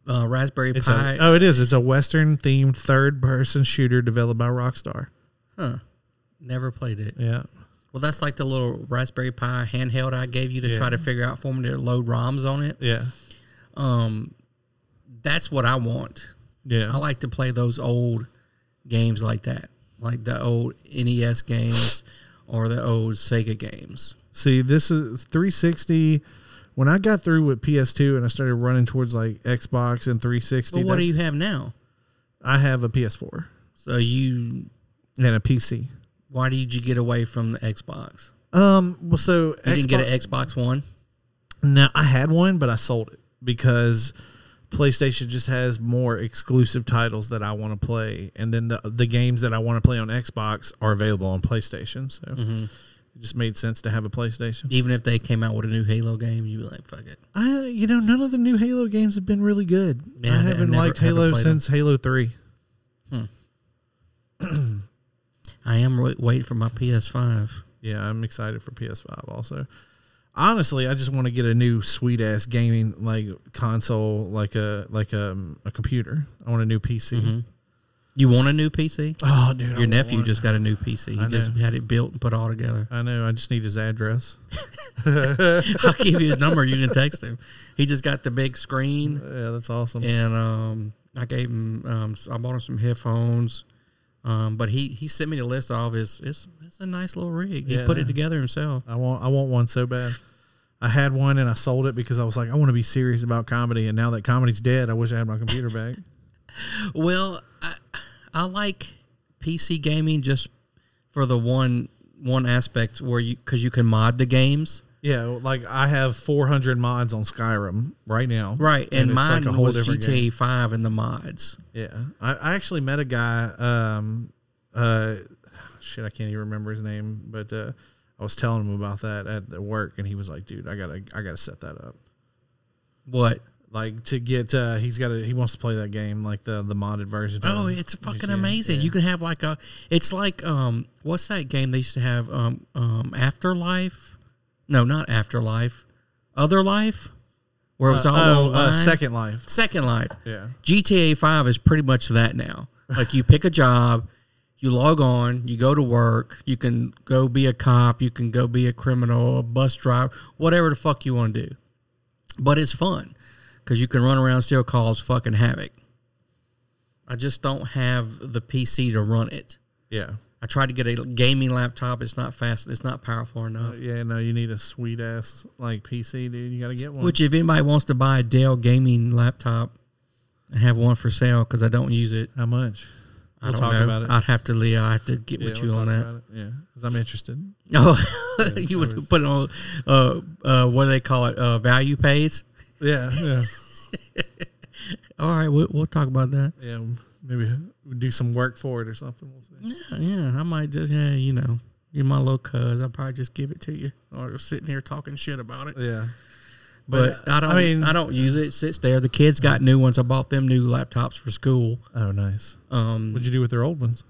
uh, Raspberry It's Pi. a, oh, it is. It's a Western themed third person shooter developed by Rockstar. Never played it. Yeah. Well, that's like the little Raspberry Pi handheld I gave you to Yeah. try to figure out for me to load ROMs on it. Yeah. That's what I want. Yeah. I like to play those old games like that, like the old NES games or the old Sega games. See, this is 360. When I got through with PS2 and I started running towards like Xbox and 360, But what do that's- you have now? I have a PS4 So you, and a PC. why did you get away from the Xbox? Um, well, so You didn't get an Xbox One. No, I had one, but I sold it because PlayStation just has more exclusive titles that I want to play, and then the the games that I want to play on Xbox are available on PlayStation. So Mm-hmm. it just made sense to have a PlayStation. Even if they came out with a new Halo game, you'd be like, "Fuck it." I, you know, none of the new Halo games have been really good. Yeah, I I haven't never- liked haven't Halo played 'em. since Halo Three. I am wait- waiting for my PS5. Yeah, I'm excited for PS5 also. Honestly, I just want to get a new sweet ass gaming like console, like a like a, a computer. I want a new PC. You want a new PC? Oh, Mm-hmm. dude, I Your want nephew one. just got a new PC. He just had it built and put all together. I know. I just need his address. I'll give you his number. You can text him. He just got the big screen. Yeah, that's awesome. and um, I gave him um, s- I bought him some headphones. Um, but he he sent me the list of all of his. It's it's a nice little rig. He Yeah, put yeah. it together himself. I want I want one so bad. I had one and I sold it because I was like, I want to be serious about comedy. And now that comedy's dead, I wish I had my computer back. Well, I I like PC gaming just for the one one aspect where you because you can mod the games. yeah, like I have 400 mods on Skyrim right now. Right, and, it's mine was different GTA game. Five and the mods. Yeah, I, I actually met a guy. Um, uh, shit, I can't even remember his name, but uh, I was telling him about that at the work, and he was like, "Dude, I gotta I gotta set that up." What? Like to get, uh, he's got to he wants to play that game, like the the modded version. of Oh, it's fucking GTA, amazing. yeah. You can have like a. It's like um, what's that game they used to have? Um, um, Afterlife. No, not Afterlife. Other Life, where it was all oh, online. uh, Second Life. Second Life. Yeah. GTA Five is pretty much that now. Like you pick a job, you log on, you go to work, you can go be a cop, you can go be a criminal, a bus driver, whatever the fuck you want to do. But it's fun because you can run around, still cause fucking havoc. I just don't have the PC to run it. Yeah. I tried to get a gaming laptop. It's not fast. It's not powerful enough. Yeah, no, you need a sweet ass like PC, dude. You gotta get one. Which, if anybody wants to buy a Dell gaming laptop, I have one for sale because I don't use it. How much? I We'll don't talk know. about it. I'd have to, Leah. I have to get with we'll you on talk that. about it. Yeah, because I'm interested. Oh, you would put it on. Uh, uh, what do they call it? Uh, value pays. Yeah, yeah, All right, we'll, we'll talk about that. yeah. Maybe we do some work for it or something. We'll see. Yeah, yeah, I might just, yeah, you know, you're my little cuz. I'll probably just give it to you, or sitting here talking shit about it. Yeah, But I don't. I I mean- mean, I don't use it. It sits there. The kids got new ones. I bought them new laptops for school. Oh, nice. Um, What'd you do with their old ones?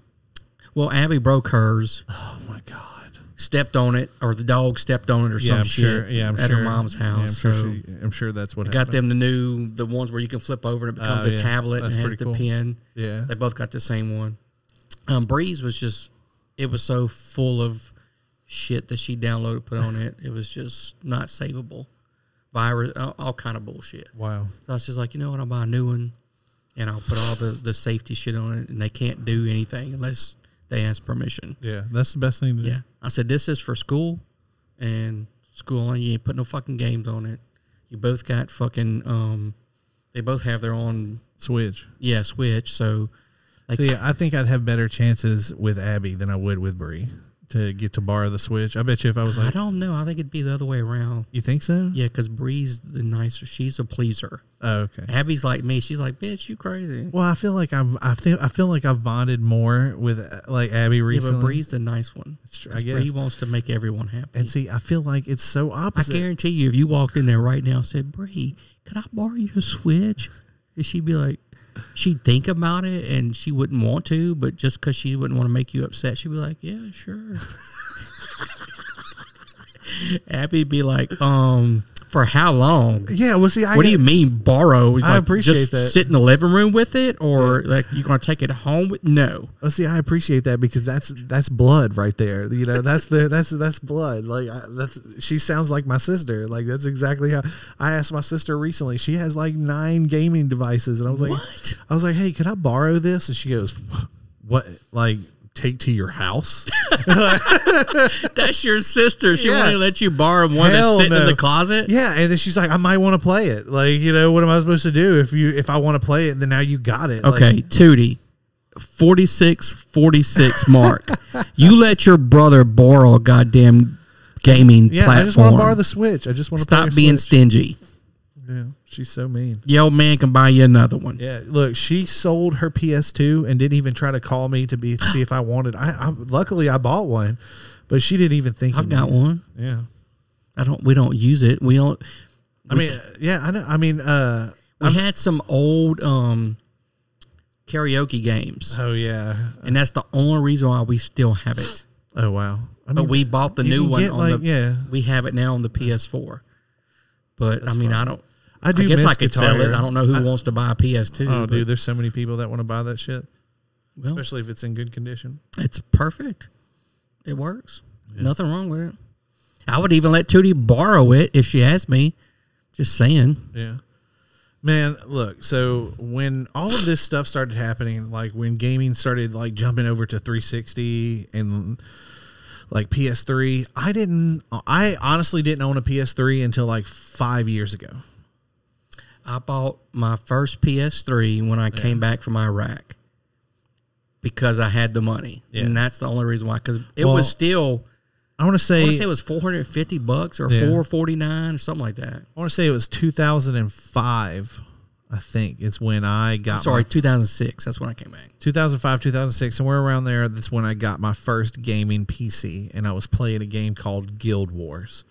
well, Abby broke hers, Oh my god. stepped on it, or the dog stepped on it, or Yeah, some I'm shit. sure. Yeah, I'm at sure. her mom's Yeah, house. I'm sure. so she- I'm sure that's what got happened. them the new, the ones where you can flip over and it becomes Oh, a yeah. tablet That's and has pretty the cool. pen. Yeah. They both got the same one. Um, Breeze was just, it was so full of shit that she downloaded, put on it. It was just not savable. Virus, all, all kind of bullshit. Wow. So I was just like, you know what? I'll buy a new one, and I'll put all the the safety shit on it, and they can't do anything unless they ask permission. Yeah, that's the best thing to do. Yeah. I said this is for school, and school only. You ain't put no fucking games on it. You both got fucking. um They both have their own Switch. yeah Switch, so like See, I think I'd have better chances with Abby than I would with Bree to get to borrow the Switch. I bet you if I was I like, don't know. I think it'd be the other way around. you think so? Yeah, because Bree's the nicer. She's a pleaser. Oh, okay. Abby's like me. She's like, bitch, you crazy. Well, I feel like I've I feel I feel like I've bonded more with uh, like Abby Yeah, recently. but Bree's the nice one. true, I 'Cause guess. Bree wants to make everyone happy. and see, I feel like it's so I opposite. guarantee you, if you walked in there right now and said, Bree, could I borrow your Switch? And she'd be like, she'd think about it and she wouldn't want to, but just because she wouldn't want to make you upset, she'd be like, yeah, sure. Abby'd be like, um, for how long? Yeah, well, see, I what do you mean borrow? Like, appreciate just that. Sit in the living room with it, or like you're gonna take it home with? No, Oh, see, I appreciate that because that's that's blood right there. You know, that's the that's that's blood. Like I, that's she sounds like my sister. Like that's exactly how I asked my sister recently. She has like nine gaming devices, and I was like, What? I was like, hey, could I borrow this? And she goes, what? Like take to your house? that's your sister. She won't Yes. even let you borrow one that's Hell sitting in no. the closet. yeah, and then she's like, I might want to play it. Like you know, what am I supposed to do if you if I want to play it? Then now you got it. Like, Okay, Tootie, 46 46 mark. you let your brother borrow a goddamn gaming yeah, platform. I just want to borrow the Switch. I just want to play Stop your being Switch. stingy. Yeah, she's so mean. The old man can buy you another one. Yeah, look, she sold her PS2 and didn't even try to call me to be see if I wanted. I, I luckily I bought one, but she didn't even think. I've of got me. one. Yeah, I don't. We don't use it. We don't. I mean, yeah, I know. I mean, uh, We had some old um, karaoke games, oh yeah, and that's the only reason why we still have it. oh wow. I mean, But we bought the you new can one get, on like, the. yeah. We have it now on the PS4. But I mean, I don't. I do. I guess miss I could guitar. sell it. I don't know who wants to buy a PS2. Oh, but- dude, there's so many people that want to buy that shit, Well, especially if it's in good condition. it's perfect. It works. Nothing wrong with it. I would even let Tootie borrow it if she asked me. Just saying. Yeah. Man, look, so when all of this stuff started happening, like when gaming started like jumping over to 360 and like PS3, I didn't I honestly didn't own a PS3 until like 5 years ago. I bought my first PS3 when I came back from Iraq because I had the money, Yeah. and that's the only reason why. Because it Well, was still, I want to I say want to say it was four hundred fifty bucks or Yeah. four forty nine or something like that. I want to say it was 2005, I think. It's when I got my Sorry, two thousand six. That's when I came back. 2005, 2006, somewhere around there. That's when I got my first gaming PC, and I was playing a game called Guild Wars.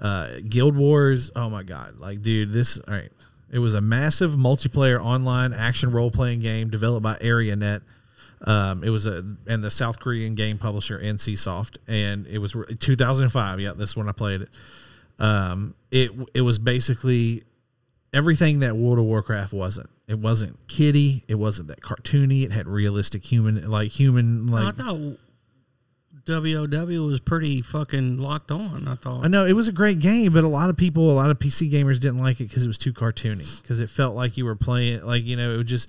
Uh, Guild Wars, oh my god! Like, dude, this all right. It was a massive multiplayer online action role playing game developed by AreaNet. Um, it was a and the South Korean game publisher NCSoft, and it was re- 2005. Yeah, that's when I played it. Um, it it was basically everything that World of Warcraft wasn't. It wasn't kitty. It wasn't that cartoony. It had realistic human, like human, I like thought WOW was pretty fucking locked on. I thought. I know it was a great game, but a lot of people, a lot of PC gamers didn't like it because it was too cartoony. Because it felt like you were playing, like you know, it was just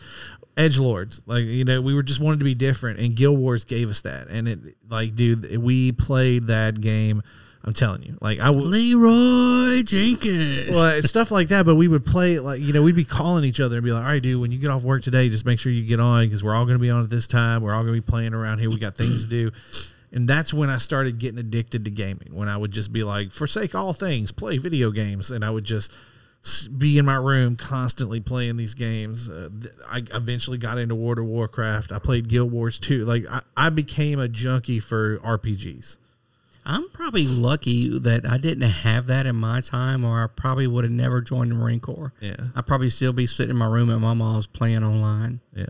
edge lords. Like you know, we were just wanted to be different, and Guild Wars gave us that. And it, like, dude, we played that game. I'm telling you, like I would. Leroy Jenkins. Well, it's stuff like that, but we would play it like you know we'd be calling each other and be like, "All right, dude, when you get off work today, just make sure you get on because we're all going to be on at this time. We're all going to be playing around here. We got things to do." And that's when I started getting addicted to gaming. When I would just be like, "Forsake all things, play video games," and I would just s- be in my room constantly playing these games. Uh, th- I eventually got into World of Warcraft. I played Guild Wars 2. Like I, I became a junkie for RPGs. I'm probably lucky that I didn't have that in my time, or I probably would have never joined the Marine Corps. Yeah. I'd probably still be sitting in my room at my mom's playing online Yeah.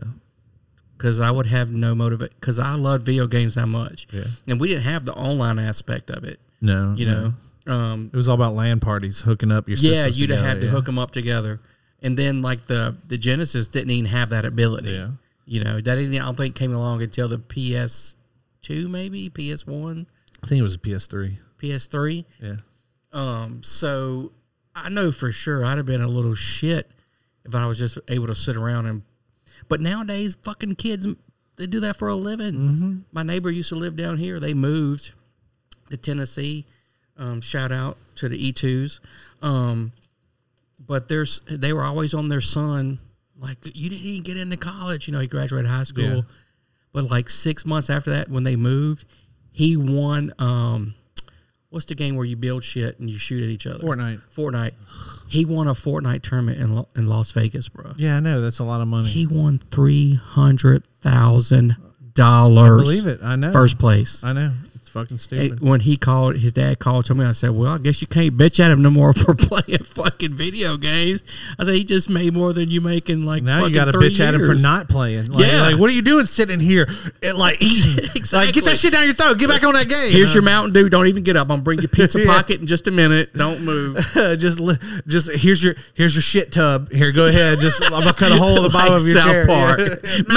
because I would have no motivate because I loved video games that much. Yeah. And we didn't have the online aspect of it, No. you no. know. Um, It was all about land parties, hooking up your yeah, sisters you'd have together, had to yeah. hook them up together. And then like the the Genesis didn't even have that ability. Yeah. You know, that didn't, I don't think came along until the PS2 maybe, PS1, I think it was a PS3. PS3. Yeah, Um, so I know for sure I'd have been a little shit if I was just able to sit around and. But nowadays, fucking kids, they do that for a living. Mm-hmm. My neighbor used to live down here. They moved to Tennessee. Um, shout out to the E2s. Um, but there's they were always on their son. Like you didn't even get into college. You know, he graduated high school. Yeah. But like six months after that, when they moved, he won. Um, what's the game where you build shit and you shoot at each other? Fortnite. Fortnite. He won a Fortnite tournament in, Lo- in Las Vegas, bro. yeah, I know that's a lot of money. He won three hundred thousand dollars. Believe it, I know. First place. I know it's fucking And stupid. when he called, his dad called to me. I said, "Well, I guess you can't bitch at him no more for playing fucking video games." I said, "He just made more than you make in like now you got to bitch at him for not playing. Like, Yeah. like what are you doing sitting here? It, like easy. Like get Exactly. that shit down your throat. Get back on that game. Uh, Here's your Mountain Dew. Don't even get up. I'm gonna bring your pizza Yeah. pocket in just a minute. Don't move. just li- just here's your here's your shit tub. Here, go ahead. Just I'm gonna cut a hole in the bottom Like of your South chair. Park. Yeah.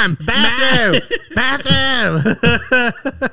Mom, mom. Bathroom, bathroom.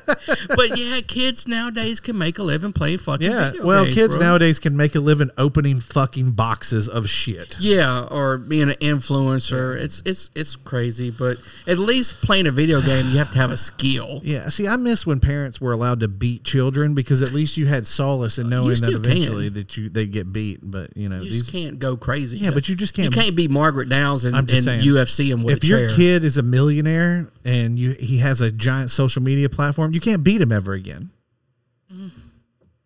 But yeah, kids nowadays can make a living playing fucking yeah. video Well, games, kids bro. nowadays can make a living opening fucking boxes of shit. Yeah, or being an influencer. It's it's it's crazy, but at least playing a video game, you have to have a skill. Yeah, see, I miss when parents were allowed to beat children because at least you had solace in knowing that still eventually can. that you they get beat. But you know, You these just can't go crazy. yeah, but you just You can't. can't be Margaret Downs and, I'm and just saying, UFC and with if a your chair. kid is a millionaire and you he has a giant social media platform, you can't beat him ever again. Mm-hmm.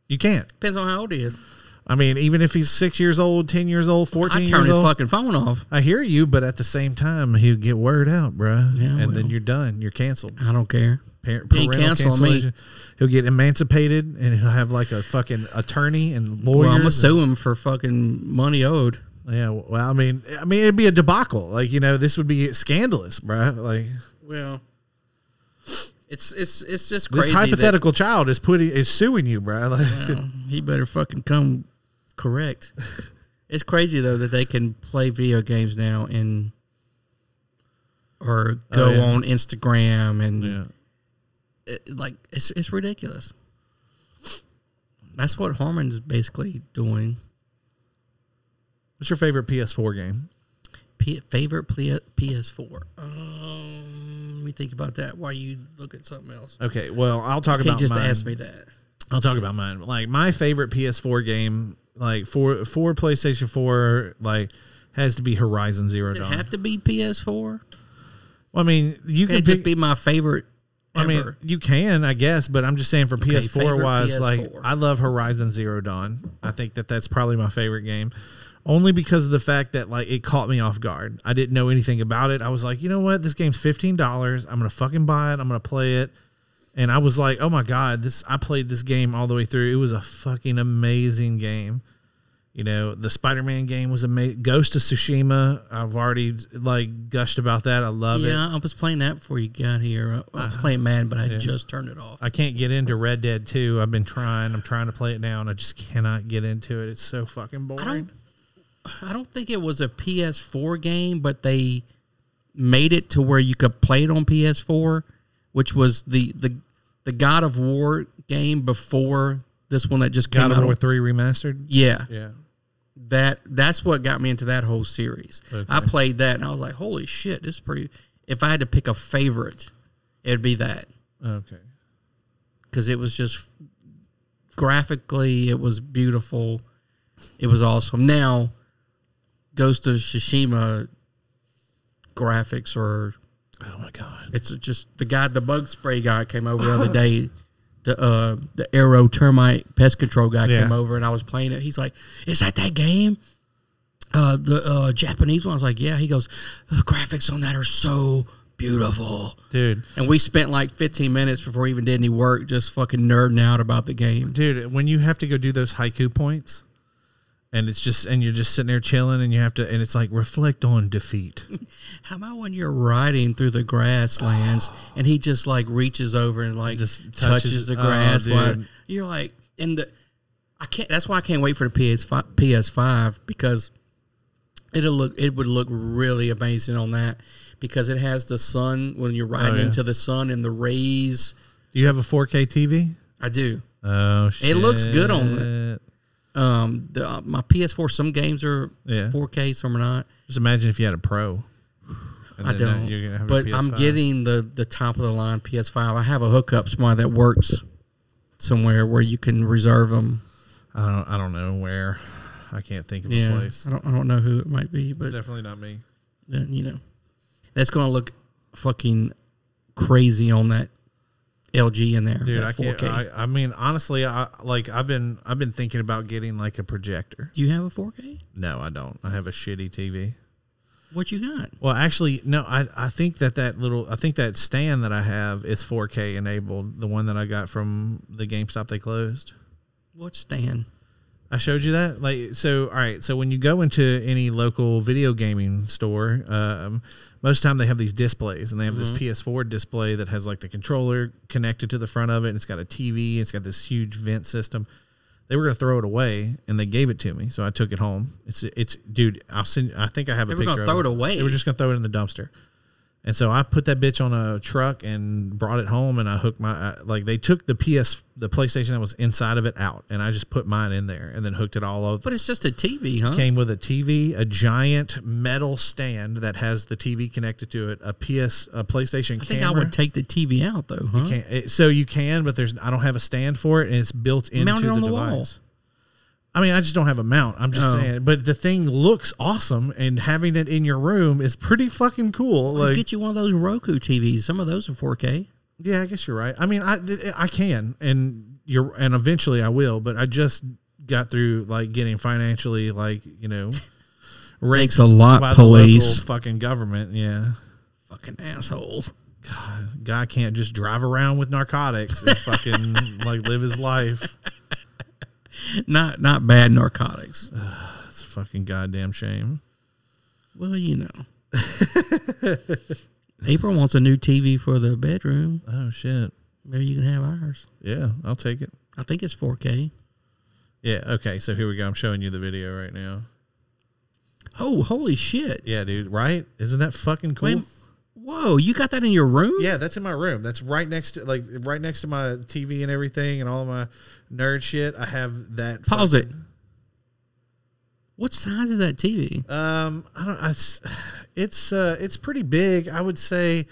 You can't. Depends on how old he is. I mean, even if he's six years old, ten years old, I fourteen turn years his old. fucking phone off. I hear you, but at the same time, he'll get word out, bruh, Yeah, and then well. you're done. You're canceled. I don't care. Par- He parental cancel me. cancellation. He'll get emancipated and he'll have like a fucking attorney and lawyers. Well, I'm gonna and- sue him for fucking money owed. yeah. Well, I mean, I mean, it'd be a debacle. Like you know, this would be scandalous, bruh. Like Well, it's it's it's just this crazy. that- hypothetical child is putting is suing you, bruh. Like, He better fucking come correct. it's crazy though that they can play video games now and or go Oh, yeah. on Instagram and yeah. it- like it's it's ridiculous. That's what Harmon's basically doing. What's your favorite PS4 game? P- favorite play- PS4. Um, let me think about that while you look at something else. Okay, well, I'll talk Can't about just mine. ask me that. I'll talk about mine. Like my favorite PS4 game, like for for PlayStation 4, like has to be Horizon Zero Does it Dawn. have to be PS4? well, I mean, you Can can it pick, just be my favorite ever? I mean, you can, I guess, but I'm just saying for PS4 favorite wise, like PS4. I love Horizon Zero Dawn. I think that that's probably my favorite game, only because of the fact that like it caught me off guard. I didn't know anything about it. I was like, you know what, this game's fifteen dollars. I'm gonna fucking buy it. I'm gonna play it. And I was like, oh my god, this I played this game all the way through. It was a fucking amazing game. You know, the Spider-Man game was amazing. Ghost of Tsushima, I've already like gushed about that. I love it. Uh-huh. yeah, I was playing that before you got here. I, I was playing Madden, but I just turned it off. I can't get into Red Dead 2. I've been trying. I'm trying to play it now, and I just cannot get into it. It's so fucking boring. don't- Uh-huh. I don't think it was a PS4 game, but they made it to where you could play it on PS4, which was the the the God of War game before this one that just came God of out. War Three remastered. yeah, Yeah. that that's what got me into that whole series. I Okay. played that and I was like, holy shit, this is pretty. If I had to pick a favorite, it'd be that Okay. because it was just graphically, it was beautiful, it was awesome. Now, Ghost of Tsushima graphics are Oh my God. It's just the guy, the bug spray guy came over the other day. The uh, the arrow termite pest control guy Yeah. came over and I was playing it. He's like, "Is that that game?" Uh, the uh, Japanese one. I was like, "Yeah." He goes, "The graphics on that are so beautiful." Dude. And we spent like 15 minutes before we even did any work, just fucking nerding out about the game. Dude, when you have to go do those haiku points, and it's just and you're just sitting there chilling, and you have to, and it's like reflect on defeat. How about when you're riding through the grasslands and he just like reaches over and like Just touches, touches- the oh, grass? while- dude. you're like, and the I can't. That's why I can't wait for the PS PS Five because it'll look it would look really amazing on that because it has the sun when you're riding Oh, yeah. into the sun and the rays. do you have a 4K TV? I do. Oh shit! looks good on Um, the, uh, my PS4. Some games are Yeah. 4K, some are not. Just imagine if you had a pro. And I then now don't. you're gonna have a but I'm PS5. getting the the top of the line PS5. I have a hookup somewhere that works somewhere where you can reserve them. I don't. I don't know where. I can't think of Yeah, a place. I don't I don't know who it might be, It's but definitely not me. then, you know, that's gonna look fucking crazy on that LG in there. Dude, that I 4K. can't. I, I mean, honestly, I like. I've been. I've been thinking about getting like a projector. Do you have a 4K? No, I don't. I have a shitty TV. What you got? Well, actually, no. I I think that that little. I think that stand that I have it's 4K enabled. The one that I got from the GameStop they closed. What stand? I showed you that. Like so, all right. So when you go into any local video gaming store, um, most of the time they have these displays, and they have Mm-hmm. this PS4 display that has like the controller connected to the front of it, and it's got a TV, it's got this huge vent system. They were gonna throw it away, and they gave it to me, so I took it home. It's it's dude. I'll send. I think I have They a were picture. gonna of throw it away? They were just gonna throw it in the dumpster. And so I put that bitch on a truck and brought it home, and I hooked my I- like they took the PS the PlayStation that was inside of it out, and I just put mine in there, and then hooked it all up. But it's just a TV, huh? Came with a TV, a giant metal stand that has the TV connected to it, a PS a PlayStation I think I camera. would take the TV out though, huh? Can't- it- so you can, but there's I don't have a stand for it, and it's built into Mount it the, on the wall. device. I mean, I just don't have a mount. I'm just Oh. saying, but the thing looks awesome, and having it in your room is pretty fucking cool. Like, Get you one of those Roku TVs. Some of those are 4K. yeah, I guess you're right. I mean, I th- eh, I can, and you're, and eventually I will, but I just got through like getting financially, like you know, Thanks a lot, by police. the local fucking government. Yeah, Fucking assholes. guy can't just drive around with narcotics and fucking like live his life. Not not bad narcotics. That's a fucking goddamn shame. Well, you know. April wants a new TV for the bedroom. Oh shit. Maybe you can have ours. Yeah, I'll take it. I think it's 4K. Yeah. Okay. So here we go. I'm showing you the video right now. Oh, holy shit. Yeah, dude. Right? Isn't that fucking cool? Wait, whoa, you got that in your room? Yeah, that's in my room. That's right next to like right next to my TV and everything and all my nerd shit. I have that. Pause it. fucking- What size is that TV? Um, I don't. I s it's uh, it's pretty big. I would say.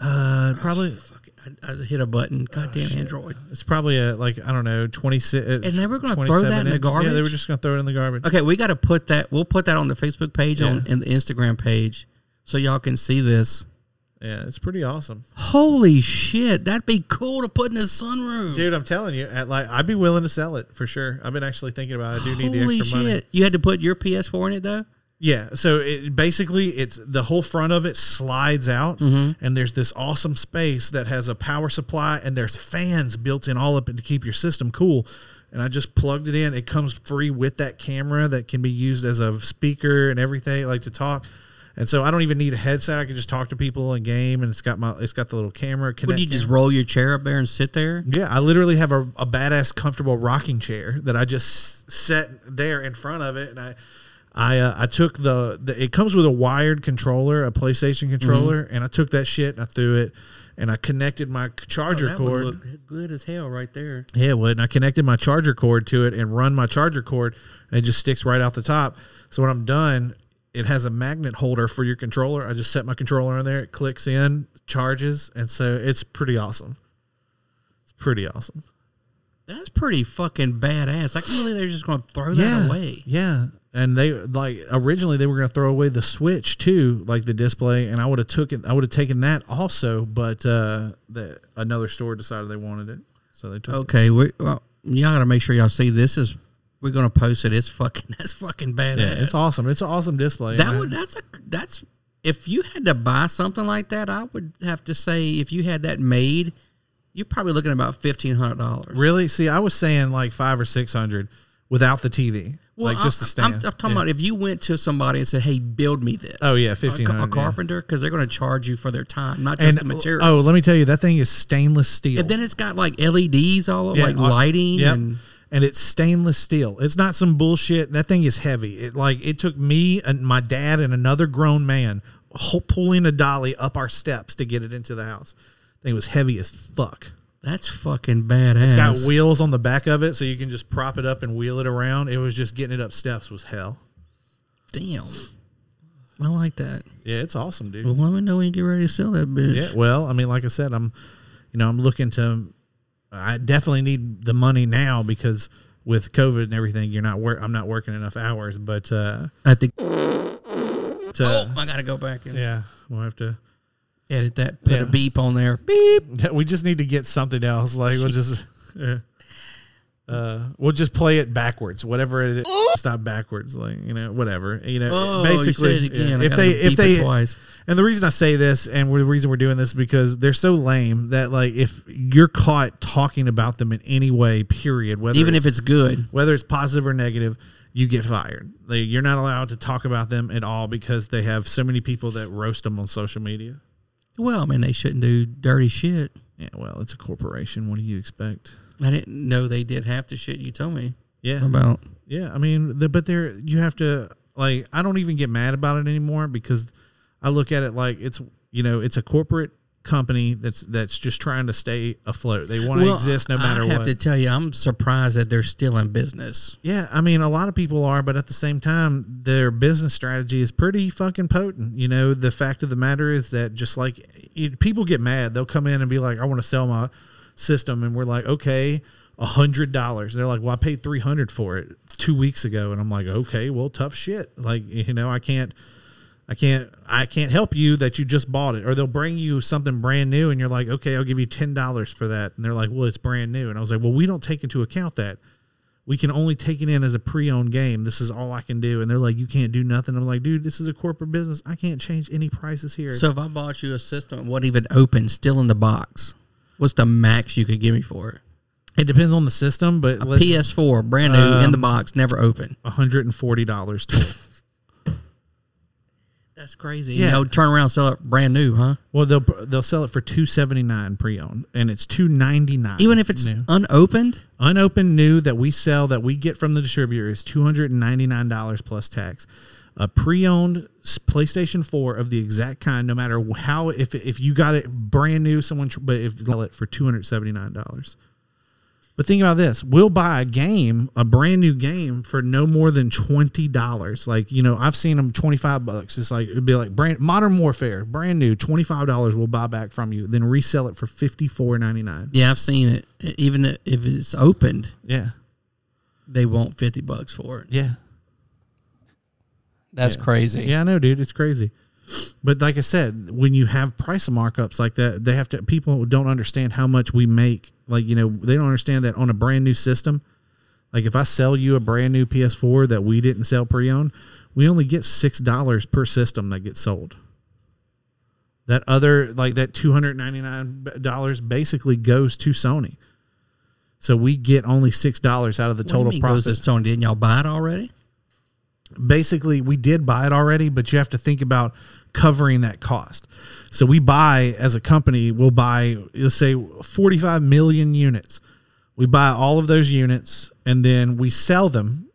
Uh, probably Fuck, I, I hit a button. Oh, Goddamn Oh, Android. it's probably a like I don't know twenty six. And they were gonna throw that in the Yeah, they were garbage? just gonna throw it in the garbage. Okay, we got to put that. We'll put that on the Facebook page on Yeah. and the Instagram page so y'all can see this. Yeah, it's pretty awesome, Holy shit. That'd be cool to put in the sunroom. dude. I'm telling you, at like I'd be willing to sell it for sure. I've been actually thinking about. it. I do need the Holy extra shit. money. You had to put your PS4 in it, though? Yeah, so it basically it's the whole front of it slides out Mm-hmm. and there's this awesome space that has a power supply and there's fans built in all up to keep your system cool. And I just plugged it in. It comes free with that camera that can be used as a speaker and everything like to talk. And so I don't even need a headset. I can just talk to people and game and it's got my it's got the little camera Would connect. you just roll your chair up there and sit there? Yeah, I literally have a, a badass comfortable rocking chair that I just set there in front of it, and I I uh, I took the, the it comes with a wired controller, a PlayStation controller, Mm-hmm. and I took that shit and I threw it, and I connected my c- charger Oh, That cord. would look good as hell right there. Yeah, it would. And I connected my charger cord to it and run my charger cord, and it just sticks right out the top. So when I'm done, it has a magnet holder for your controller. I just set my controller in there. It clicks in, charges, and so it's pretty awesome. It's pretty awesome. That's pretty fucking badass. I can't believe they're just going to throw yeah, that away. yeah. And they like originally they were gonna throw away the Switch too, like the display, and I would have took it. I would have taken that also, but uh, the another store decided they wanted it, so they took. it. Okay, we well, y'all got to make sure y'all see this is. We're gonna post it. It's fucking. That's fucking badass. Yeah, it's awesome. It's an awesome display. That and I- would that's a that's if you had to buy something like that, I would have to say if you had that made, you're probably looking at about fifteen hundred dollars. Really? See, I was saying like five or six hundred without the TV, like just the I'm, stand. I'm talking Yeah. about if you went to somebody and said, "Hey, build me this." Oh, yeah, A ca- A, 1,500, yeah. carpenter because they're going to charge you for their time, not just the material. Oh, let me tell you, that thing is stainless steel. and then it's got like LEDs all over, Yeah, like uh, lighting yep. and And it's stainless steel. It's not some bullshit. That thing is heavy. It like it took me and my dad and another grown man ho- pulling a dolly up our steps to get it into the house. Thing was heavy as fuck. that's fucking badass. It's got wheels on the back of it, so you can just prop it up and wheel it around. It was just getting it up steps was hell. Damn, I like that. Yeah, it's awesome, dude. Well, let me know when you get ready to sell that bitch. Yeah. Well, I mean, like I said, I'm, you know, I'm looking to. I definitely need the money now because with COVID and everything, you're not work. I'm not working enough hours, but uh, I think. to, oh, I gotta go back and yeah, we'll have to. edit that. Put Yeah. a beep on there. Beep. We just need to get something else. Like we'll just. yeah. Uh, we'll just play it backwards, whatever it is. Stop backwards, like you know, whatever you know. Oh, you basically, said it again. yeah, I if gotta they beep if they it twice. And the reason I say this, and we're, the reason we're doing this, because they're so lame that like if you're caught talking about them in any way, period, whether even it's, if it's good, whether it's positive or negative, you get fired. Like, you're not allowed to talk about them at all because they have so many people that roast them on social media. well, I mean, they shouldn't do dirty shit. Yeah, well, it's a corporation. What do you expect? I didn't know they did half the shit you told me Yeah, about. yeah. I mean, the, but they're you have to like. I don't even get mad about it anymore because I look at it like it's you know it's a corporate company that's that's just trying to stay afloat. They want to exist no matter I have what. to tell you, I'm surprised that they're still in business. Yeah, I mean, a lot of people are, but at the same time, their business strategy is pretty fucking potent. You know, the fact of the matter is that just like it, people get mad, they'll come in and be like, "I want to sell my system," and we're like, "Okay, a hundred dollars." They're like, "Well, I paid three hundred for it two weeks ago," and I'm like, "Okay, well, tough shit. Like, you know, I can't." I can't I can't help you that you just bought it. Or they'll bring you something brand new and you're like, okay, I'll give you ten dollars for that. And they're like, Well, it's brand new. And I was like, Well, we don't take into account that. We can only take it in as a pre owned game. This is all I can do. And they're like, You can't do nothing. I'm like, dude, this is a corporate business. I can't change any prices here. So if I bought you a system, it wasn't even open, still in the box. What's the max you could give me for it? it depends on the system, but let- PS4, brand new, in Um, the box, never open. hundred and forty dollars total. That's crazy. Yeah. You know, turn around, sell it brand new, huh? well, they'll they'll sell it for two seventy nine pre owned and it's two ninety nine. Even if it's unopened, unopened new that we sell that we get from the distributor is $299 plus tax a pre-owned s- playstation 4 of the exact kind no matter wh- how if if you got it brand new someone tr- but if sell it for $279 but think about this we'll buy a game a brand new game for no more than $20 like you know i've seen them 25 bucks it's like it'd be like brand modern warfare brand new $25 we'll buy back from you then resell it for $54.99 yeah, I've seen it. E, Even if it's opened, yeah they want 50 bucks for it. yeah That's crazy. Yeah, I know, dude. It's crazy. But like I said, when you have price markups like that, they have to. People don't understand how much we make. Like you know, they don't understand that on a brand new system. Like if I sell you a brand new PS4 that we didn't sell pre-owned, we only get six dollars per system that gets sold. That other like that two hundred ninety nine dollars basically goes to Sony. So we get only six dollars out of the total goes profit to Sony? Didn't y'all buy it already? basically we did buy it already but you have to think about covering that cost so we buy as a company we'll buy let's say 45 million units we buy all of those units and then we sell them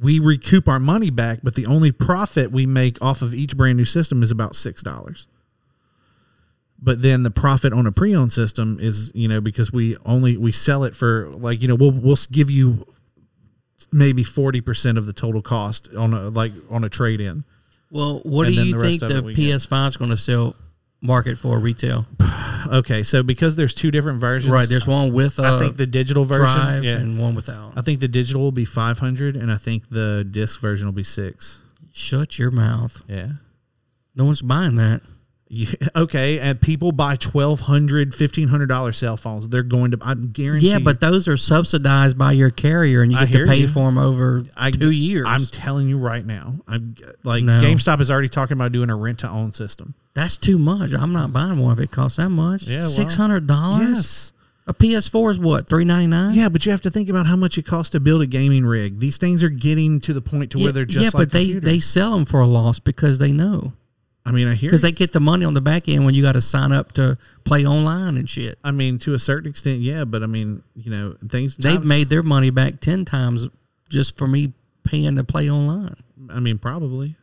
we recoup our money back, but the only profit we make off of each brand new system is about six dollars. But then the profit on a pre-owned system is, you know, because we only we sell it for like, you know, we'll we'll give you maybe forty percent of the total cost on a like on a trade in. Well, what And do then you the rest think of it the we get. PS5 is going to sell market for retail? Okay, so because there's two different versions, Right, there's one with uh, I think the digital version, Drive yeah, and one without. I think the digital will be five hundred, and I think the disc version will be six. Shut your mouth. Yeah. No one's buying that. Yeah, okay, and people buy twelve hundred, fifteen hundred dollar cell phones. They're going to. I'm guaranteed. Yeah, but those are subsidized by your carrier, and you I get to hear pay you. for them over I- two years. I'm telling you right now. I'm like No. GameStop is already talking about doing a rent to own system. That's too much. I'm not buying one if it costs that much. Yeah, well, six hundred dollars. yes. a PS4 is what three ninety nine. Yeah, but you have to think about how much it costs to build a gaming rig. These things are getting to the point to where they're just. yeah, like but they computers. they sell them for a loss because they know I mean, I hear. because Because they get the money on the back end when you got to sign up to play online and shit. I mean, to a certain extent, yeah, but I mean, you know, things. They've times- made their money back ten times just for me paying to play online. I mean, probably.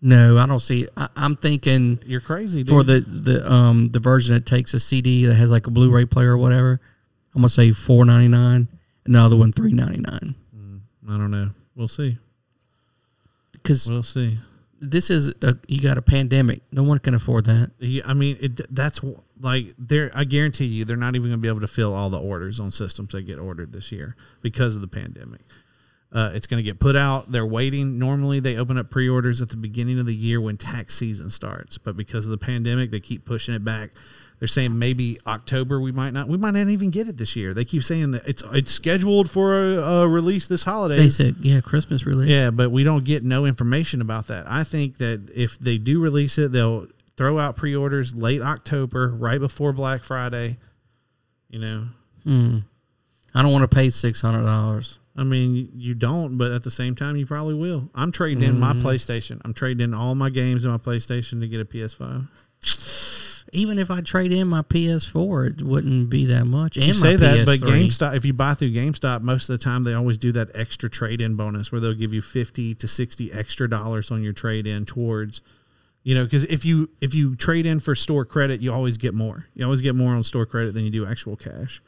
No, I don't see. it. I, I'm thinking You're crazy. Dude. for the the um the version that takes a CD that has like a Blu-ray player or whatever. I'm gonna say four ninety nine, and the other one three ninety nine. I don't know. We'll see. Because We'll see. this is a, you got a pandemic. No one can afford that. Yeah, I mean, it, that's wh- like they're. I guarantee you, they're not even going to be able to fill all the orders on systems that get ordered this year because of the pandemic. Uh, it's going to get put out. They're waiting. Normally, they open up pre-orders at the beginning of the year when tax season starts, but because of the pandemic, they keep pushing it back. They're saying maybe October we might not we might not even get it this year. They keep saying that it's it's scheduled for a, a release this holiday. They said, yeah, Christmas really. Yeah, but we don't get no information about that. I think that if they do release it, they'll throw out pre-orders late October, right before Black Friday. You know, I don't want to pay six hundred dollars. I mean, you don't, but at the same time, you probably will. I'm trading in my PlayStation. I'm trading in all my games in my PlayStation to get a PS5. Even if I trade in my PS4, it wouldn't be that much. And You my say that, but PS3. GameStop, if you buy through GameStop, most of the time they always do that extra trade in bonus where they'll give you 50 to 60 extra dollars on your trade in towards, you know, because if you if you trade in for store credit, you always get more. You always get more on store credit than you do actual cash.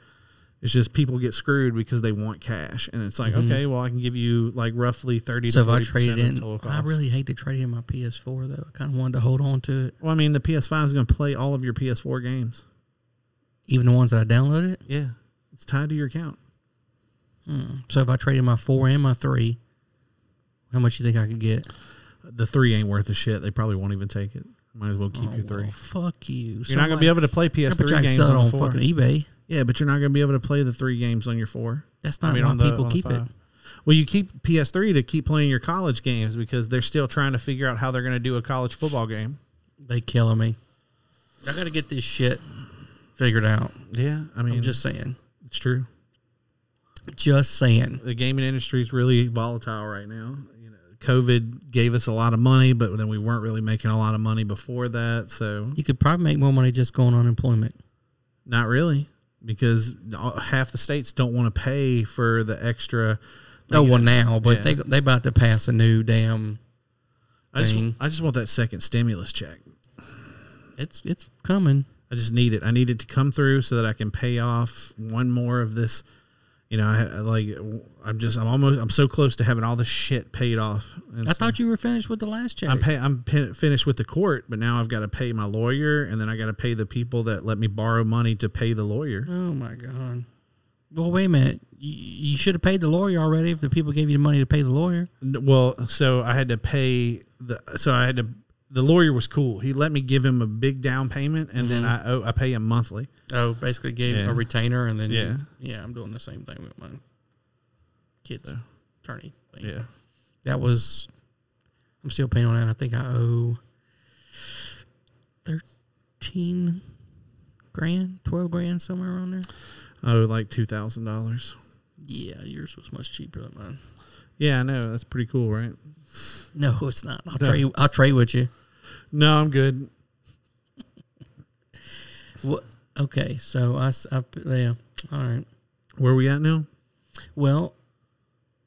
It's just people get screwed because they want cash, and it's like, okay, well, I can give you like roughly thirty Mm-hmm. So to if I forty trade percent of in, total cost. I really hate to trade in my PS4 though. I kind of wanted to hold on to it, well, I mean, the PS5 is going to play all of your PS4 games. even the ones that I downloaded. Yeah, it's tied to your account. So if I traded my four and my three, how much you think I could get? The three ain't worth a shit. They probably won't even take it. Might as Oh, well keep your three. Well, Oh, fuck you. You're not going to be able to play but you PS3 can games sell on, it on a four. fucking eBay. Yeah, but you're not going to be able to play the three games on your four. That's not why people a keep it. five. Well, you keep PS3 to keep playing your college games because they're still trying to figure out how they're going to do a college football game. They killing me. I got to get this shit figured out. Yeah, I mean, I'm just saying. it's true. Just saying. The gaming industry is really volatile right now. You know, COVID gave us a lot of money, but then we weren't really making a lot of money before that. So You could probably make more money just going on unemployment. Not really, because all- half the states don't want to pay for the extra. Oh well, now, but yeah. they they about to pass a new damn. I just, thing. I just want that second stimulus check. It's it's coming. I just need it. I need it to come through so that I can pay off one more of this. You know, I, I like I'm just I'm almost I'm so close to having all this shit paid off. And I so- thought you were finished with the last check. I'm pay, I'm pin, finished with the court, but now I've got to pay my lawyer, and then I got to pay the people that let me borrow money to pay the lawyer. oh my god. Well, wait a minute. You, you should have paid the lawyer already if the people gave you the money to pay the lawyer. N- Well, so I had to pay the so I had to the lawyer was cool. He let me give him a big down payment and then I owe, I pay him monthly. Oh, basically gave Yeah. a retainer and then Yeah. yeah. I'm doing the same thing with my kids attorney. Thing. Yeah. that was I'm still paying on that. I think I owe thirteen grand, twelve grand, somewhere around there. I owe like two thousand dollars. Yeah, yours was much cheaper than mine. Yeah, I know. That's pretty cool, right? No, it's not. I'll No. trade. I'll trade with you. No, I'm good. Wha- Okay, so I, s- I p- yeah. All right. Where we at now? Well,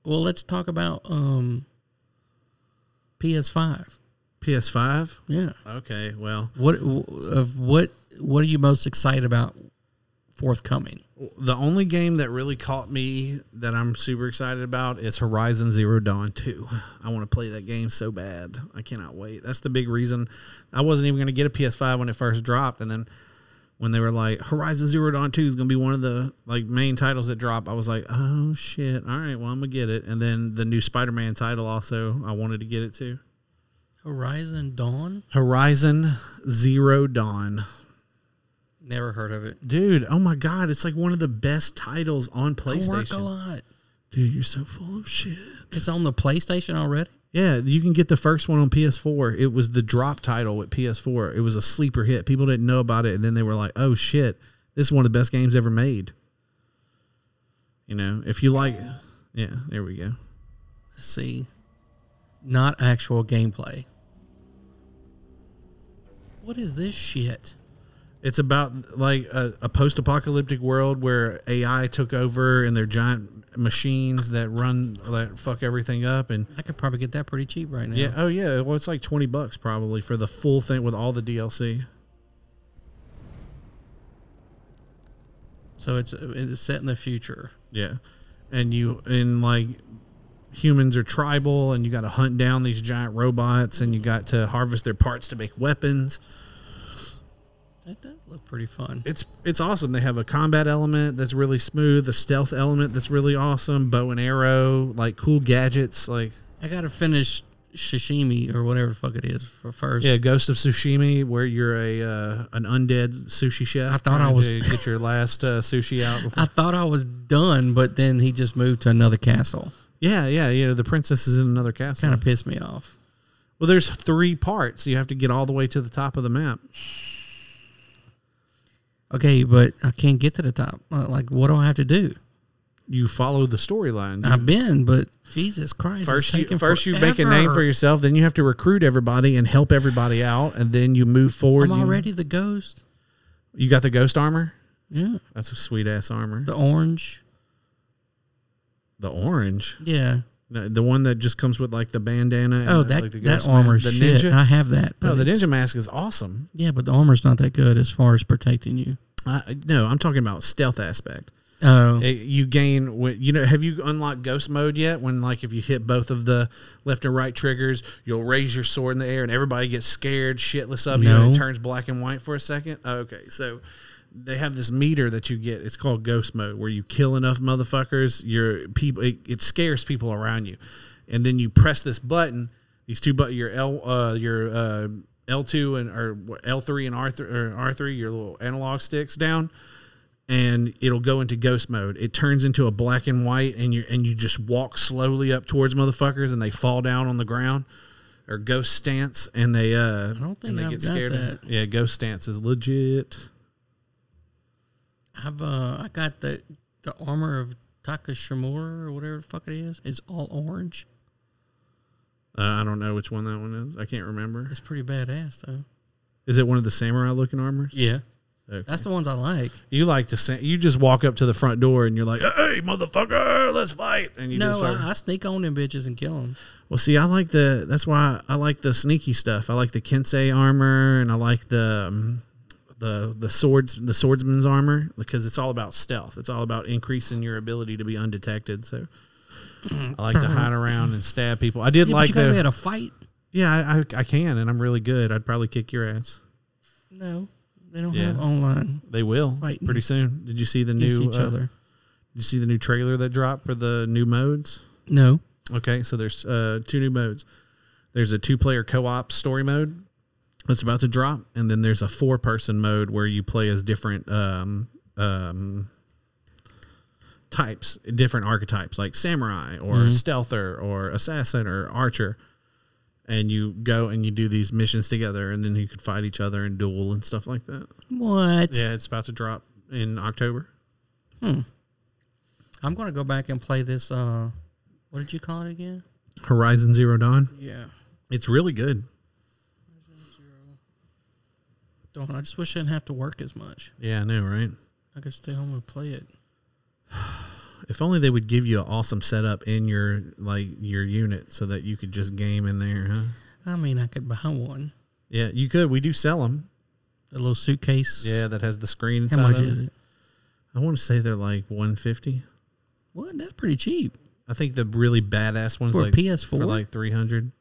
Well, let's talk about um, PS5. PS5. Yeah. Okay, well, What of what what are you most excited about forthcoming? the only game that really caught me that I'm super excited about is Horizon Zero Dawn 2. I want to play that game so bad. I cannot wait. That's the big reason I wasn't even going to get a PS5 when it first dropped and then when they were like Horizon Zero Dawn 2 is going to be one of the like main titles that drop, I was like, "Oh shit. All right, well, I'm going to get it." And then the new Spider-Man title also, I wanted to get it too. Horizon Dawn? Horizon Zero Dawn. Never heard of it. Dude, oh my god, it's like one of the best titles I on work a PlayStation. lot. Dude, you're so full of shit. It's on the PlayStation already. Yeah, you can get the first one on PS4. It was the drop title at PS4. It was a sleeper hit. People didn't know about it, and then they were like, "Oh shit, this is one of the best games ever made." You know, if you like, yeah, there we go. Let's see, not actual gameplay. What is this shit? It's about like a, a post-apocalyptic world where AI took over and they're giant machines that run that fuck everything up. And I could probably get that pretty cheap right now. yeah, oh yeah, well it's like twenty bucks probably for the full thing with all the DLC. So it's it's set in the future. Yeah. And you and like humans are tribal and you got to hunt down these giant robots and you got to harvest their parts to make weapons. That does look pretty fun. It's it's awesome. They have a combat element that's really smooth, a stealth element that's really awesome, bow and arrow, like cool gadgets like I gotta finish sashimi or whatever the fuck it is for first. yeah, Ghost of Tsushima, where you're a uh, an undead sushi chef. I thought I trying was- to get your last uh, sushi out. Before. I thought I was done, but then he just moved to another castle. yeah, yeah, you know the princess is in another castle. Kind of pissed me off. Well, there's three parts. You have to get all the way to the top of the map. Okay, but I can't get to the top. Uh, Like, what do I have to do? You follow the storyline. I've been, but Jesus Christ! First, you, first you make a name for yourself, then you have to recruit everybody and help everybody out, and then you move forward. I'm you, already the ghost. You got the ghost armor. Yeah, That's a sweet ass armor. the orange. The orange, Yeah. No, the one that just comes with like the bandana. And Oh, the, that like, the that ghost mask. armor the shit. Ninja, I have that. no, but the it's- ninja mask is awesome. Yeah, but the armor's not that good as far as protecting you. I, no, I'm talking about stealth aspect. Oh, It- you gain when you know. Have you unlocked ghost mode yet? When like if you hit both of the left and right triggers, you'll raise your sword in the air, and everybody gets scared shitless of you, and No. it turns black and white for a second. Okay, so they have this meter that you get. It's called ghost mode, where you kill enough motherfuckers, your people it, it scares people around you, and then you press this button. These two but your L uh, your uh, L two and or L three and R three or R three your little analog sticks down and it'll go into ghost mode. It turns into a black and white, and you and you just walk slowly up towards motherfuckers, and they fall down on the ground or ghost stance, and they uh, I don't think I've got that. Yeah, ghost stance is legit. I've uh, I got the the armor of Takashimura or whatever the fuck it is. It's all orange. Uh, I don't know which one that one is. I can't remember. It's pretty badass though. Is it one of the samurai looking armors? Yeah, Okay. that's the ones I like. You like to say you just walk up to the front door and you're like, "Hey, motherfucker, let's fight!" And you just no, start- I, I sneak on them bitches and kill them. Well, see, I like the. That's why I like the sneaky stuff. I like the kensei armor, and I like the um, the the swords the swordsman's armor because it's all about stealth. It's all about increasing your ability to be undetected. So I like to hide around and stab people. I did Yeah, but like you gotta be the. able to fight. yeah, I, I I can, and I'm really good. I'd probably kick your ass. No, they don't Yeah. have online. They will Fighting. pretty soon. Did you see the new? Against each uh, other. Did you see the new trailer that dropped for the new modes? No. Okay, so there's uh, two new modes. There's a two-player co-op story mode that's about to drop, and then there's a four-person mode where you play as different um, um, types, different archetypes, like samurai or stealther or assassin or archer. And you go and you do these missions together, and then you could fight each other and duel and stuff like that. What? Yeah, it's about to drop in October. I'm gonna go back and play this. Uh, what did you call it again? Horizon Zero Dawn. Yeah. It's really good. Don't. I just wish I didn't have to work as much. Yeah, I know, right? I could stay home and play it. If only they would give you an awesome setup in your like your unit so that you could just game in there, huh? I mean, I could buy one. Yeah, you could. We do sell them. A little suitcase. Yeah, that has the screen How inside. much of is it? I want to say they're like 150. What? That's pretty cheap I think the really badass ones For a like PS4? for like 300.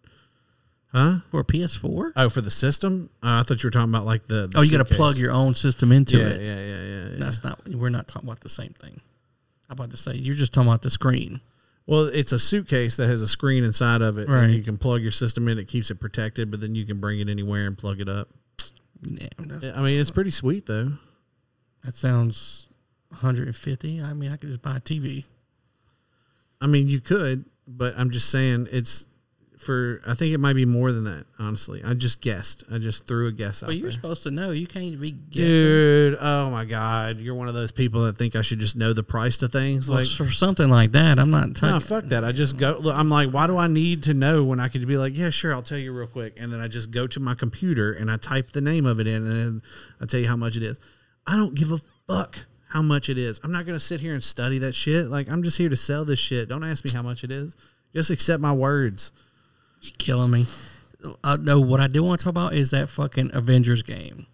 Huh? for a PS4. Oh, for the system? Uh, I thought you were talking about like the. the oh, you got to suitcase. plug your own system into Yeah, it. yeah, yeah, yeah, yeah. That's not. We're not talking about the same thing. I'm about to say you're just talking about the screen. Well, it's a suitcase that has a screen inside of it, Right. and you can plug your system in. It keeps it protected, but then you can bring it anywhere and plug it up. Yeah, that's, I mean, it's pretty sweet though. that sounds 150. I mean, I could just buy a TV. I mean, you could, but I'm just saying it's for. I think it might be more than that. Honestly, I just guessed. I just threw a guess out But you're there. supposed to know. You can't be guessing. Dude, oh my god, you're one of those people that think I should just know the price to things. Well, Like, for something like that, I'm not. no, Taking, fuck that. I just go. Look, I'm like, why do I need to know when I could be like, yeah, sure, I'll tell you real quick, and then I just go to my computer and I type the name of it in, and then I tell you how much it is. I don't give a fuck how much it is. I'm not gonna sit here and study that shit. Like, I'm just here to sell this shit. Don't ask me how much it is. Just accept my words. You're killing me. Uh, no, what I do want to talk about is that fucking Avengers game.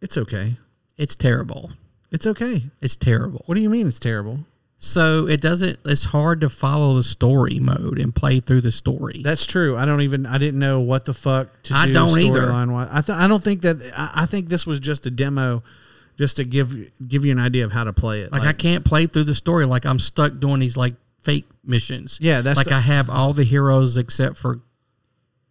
It's okay. It's terrible. It's okay. It's terrible. What do you mean it's terrible? So it doesn't. It's hard to follow the story mode and play through the story. That's true. I don't even. I didn't know what the fuck to I do don't either. storyline wise. I th- I don't think that. I, I think this was just a demo, just to give give you an idea of how to play it. like, I can't play through the story. Like I'm stuck doing these like fake missions. Yeah, that's- like I have all the heroes except for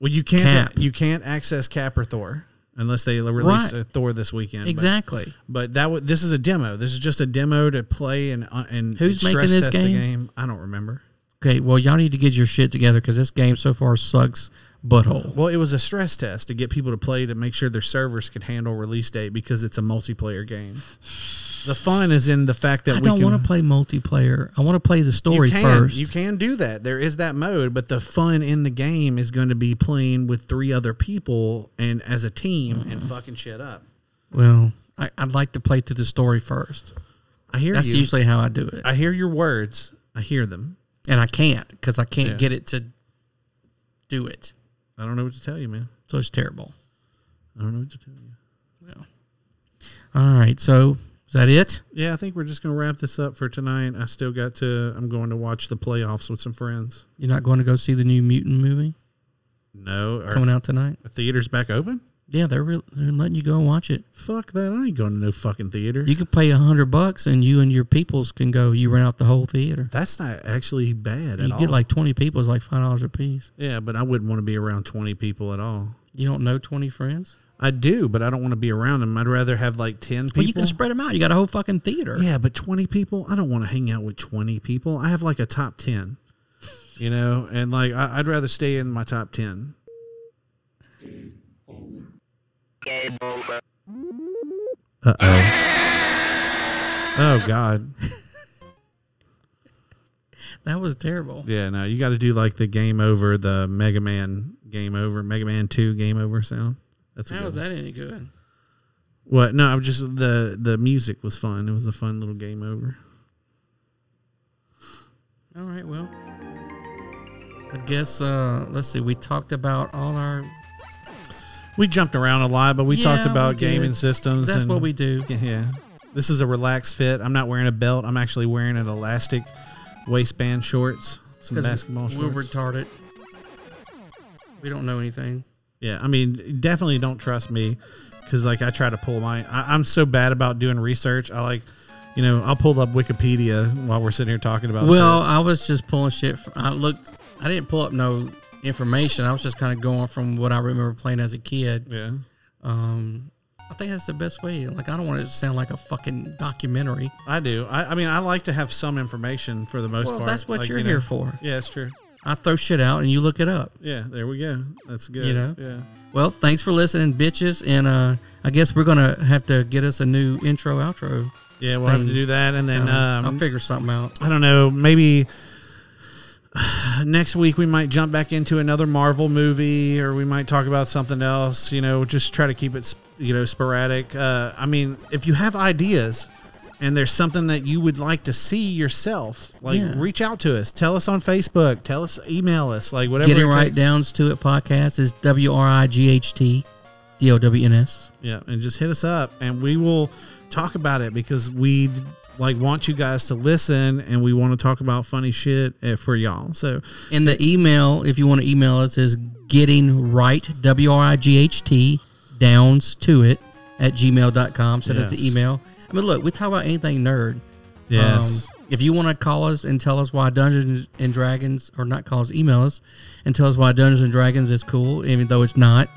Well, you can't. Cap. You can't access Cap or Thor unless they release Right. a Thor this weekend. but- exactly. But, that w- this is a demo. This is just a demo to play and uh, and Who's and making stress this test the game? game. I don't remember. Okay, well y'all need to get your shit together because this game so far sucks butthole. Well, it was a stress test to get people to play to make sure their servers could handle release date because it's a multiplayer game. The fun is in the fact that I we don't can- want to play multiplayer. I want to play the story you can, first. You can do that. There is that mode, but the fun in the game is going to be playing with three other people and as a team and Mm-hmm. fucking shit up. Well, I, I'd like to play through the story first. I hear That's you. usually how I do it, I hear your words. I hear them. and I can't because I can't Yeah. get it to do it. I don't know what to tell you, man. So it's terrible. I don't know what to tell you. All right, so is that it? Yeah, I think we're just gonna wrap this up for tonight. I still got to. I'm going to watch the playoffs with some friends. You're not going to go see the new mutant movie No, are coming out tonight? the theaters back open? Yeah, they're re- they're letting you go and watch it. Fuck that! I ain't going to no fucking theater. You can pay a hundred bucks, and you and your peoples can go. You rent out the whole theater. That's not actually bad at You all. get like twenty people, it's like five dollars a piece. yeah, but I wouldn't want to be around 20 people at all. You don't know twenty friends? I do, but I don't want to be around them. I'd rather have like 10 people. Well, you can spread them out. You got a whole fucking theater. Yeah, but 20 people, I don't want to hang out with 20 people. I have like a top 10, you know, and like I, I'd rather stay in my top 10. Uh oh. Oh God. That was terrible. Yeah, no, you got to do like the game over, the Mega Man game over, Mega Man 2 game over sound. That's a How good is one. that any good? What? No, I'm just the the music was fun. It was a fun little game over. All right, well, I guess uh, let's see. We talked about all our. We jumped around a lot, but we Yeah, talked we about did. gaming systems. That's and- what we do. Yeah. This is a relaxed fit. I'm not wearing a belt. I'm actually wearing an elastic waistband shorts, some 'Cause basketball we're shorts. retarded. We don't know anything. yeah, I mean, definitely don't trust me because, like, I try to pull my. I, I'm so bad about doing research. I like, you know, I'll pull up Wikipedia while we're sitting here talking about. Well, shit. I was just pulling shit. From, I looked. I didn't pull up no information. I was just kind of going from what I remember playing as a kid. yeah. Um, I think that's the best way. Like, I don't want it to sound like a fucking documentary. I do. I, I mean, I like to have some information for the most Well, part. that's what Like, you're you know- here for. Yeah, it's true. I throw shit out and you look it up. Yeah, there we go. That's good. You know? Yeah. Well, thanks for listening, bitches. And uh, I guess we're gonna have to get us a new intro outro. Yeah, we'll have to thing. do that, and then Um, um, I'll figure something out. I don't know, maybe next week we might jump back into another Marvel movie, or we might talk about something else. You know, just try to keep it, sp- you know, sporadic. Uh, I mean, if you have ideas, and there's something that you would like to see yourself, like Yeah. reach out to us. Tell us on Facebook. Tell us, email us, like whatever. Getting it right takes. down to it podcast is W R I G H T D O W N S. Yeah, and just hit us up, and we will talk about it because we like want you guys to listen, and we want to talk about funny shit eh, for y'all. So And the email, if you want to email us, is getting right, W R I G H T, downs to it at gmail.com. So that's the Yes. email. I mean, look, we talk about anything nerd. yes, Um, if you want to call us and tell us why Dungeons and Dragons, or not call us, email us and tell us why Dungeons and Dragons is cool, even though it's not.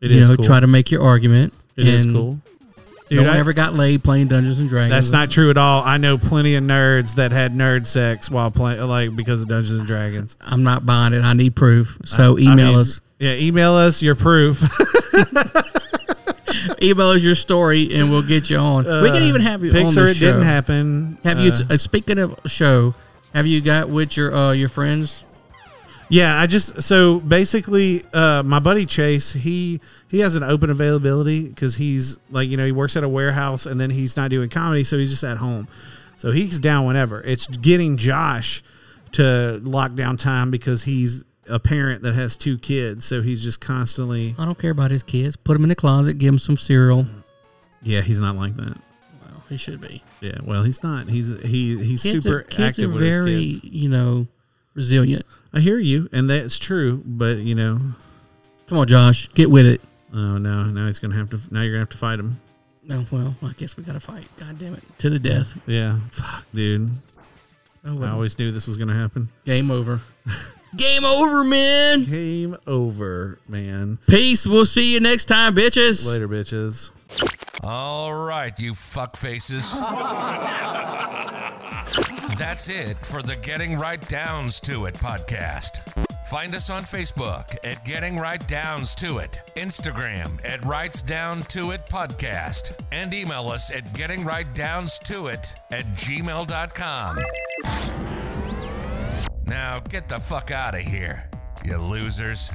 it you is know, cool. try to make your argument. it is And cool. No Dude, one I- ever got laid playing Dungeons and Dragons. that's not true at all. I know plenty of nerds that had nerd sex while playing, like because of Dungeons and Dragons. I'm not buying it. I need proof. So I email mean, us. Yeah, email us your proof. Email us your story, and we'll get you on. we can even have you Pixar, on the it show. didn't happen. Have you? Uh, Uh, speaking of show, have you got with your uh, your friends? Yeah, I just so basically, uh, my buddy Chase, he he has an open availability because he's like you know he works at a warehouse and then he's not doing comedy, so he's just at home, so he's down whenever. It's getting Josh to lockdown time because he's a parent that has two kids, so he's just constantly. I don't care about his kids. Put them in the closet. Give them some cereal. Yeah, he's not like that. Well, he should be. Yeah, well, he's not. He's he he's Kids super are, kids active are with very, his kids. you know, resilient. I hear you, and that's true. But you know, Come on, Josh, get with it. oh no, now he's gonna have to. Now you're gonna have to fight him. Oh, well, I guess we got to fight. God damn it, to the death. Yeah, fuck, dude. Oh I well, always knew this was going to happen. game over. game over, man. Game over, man. Peace. We'll see you next time, bitches. Later, bitches. All right, you fuck faces. That's it for the Getting Right Downs to It podcast. Find us on Facebook at Getting Right Downs to It, Instagram at Rights Down to It Podcast, and email us at Getting Right Downs to It at gmail.com. Now get the fuck out of here, you losers.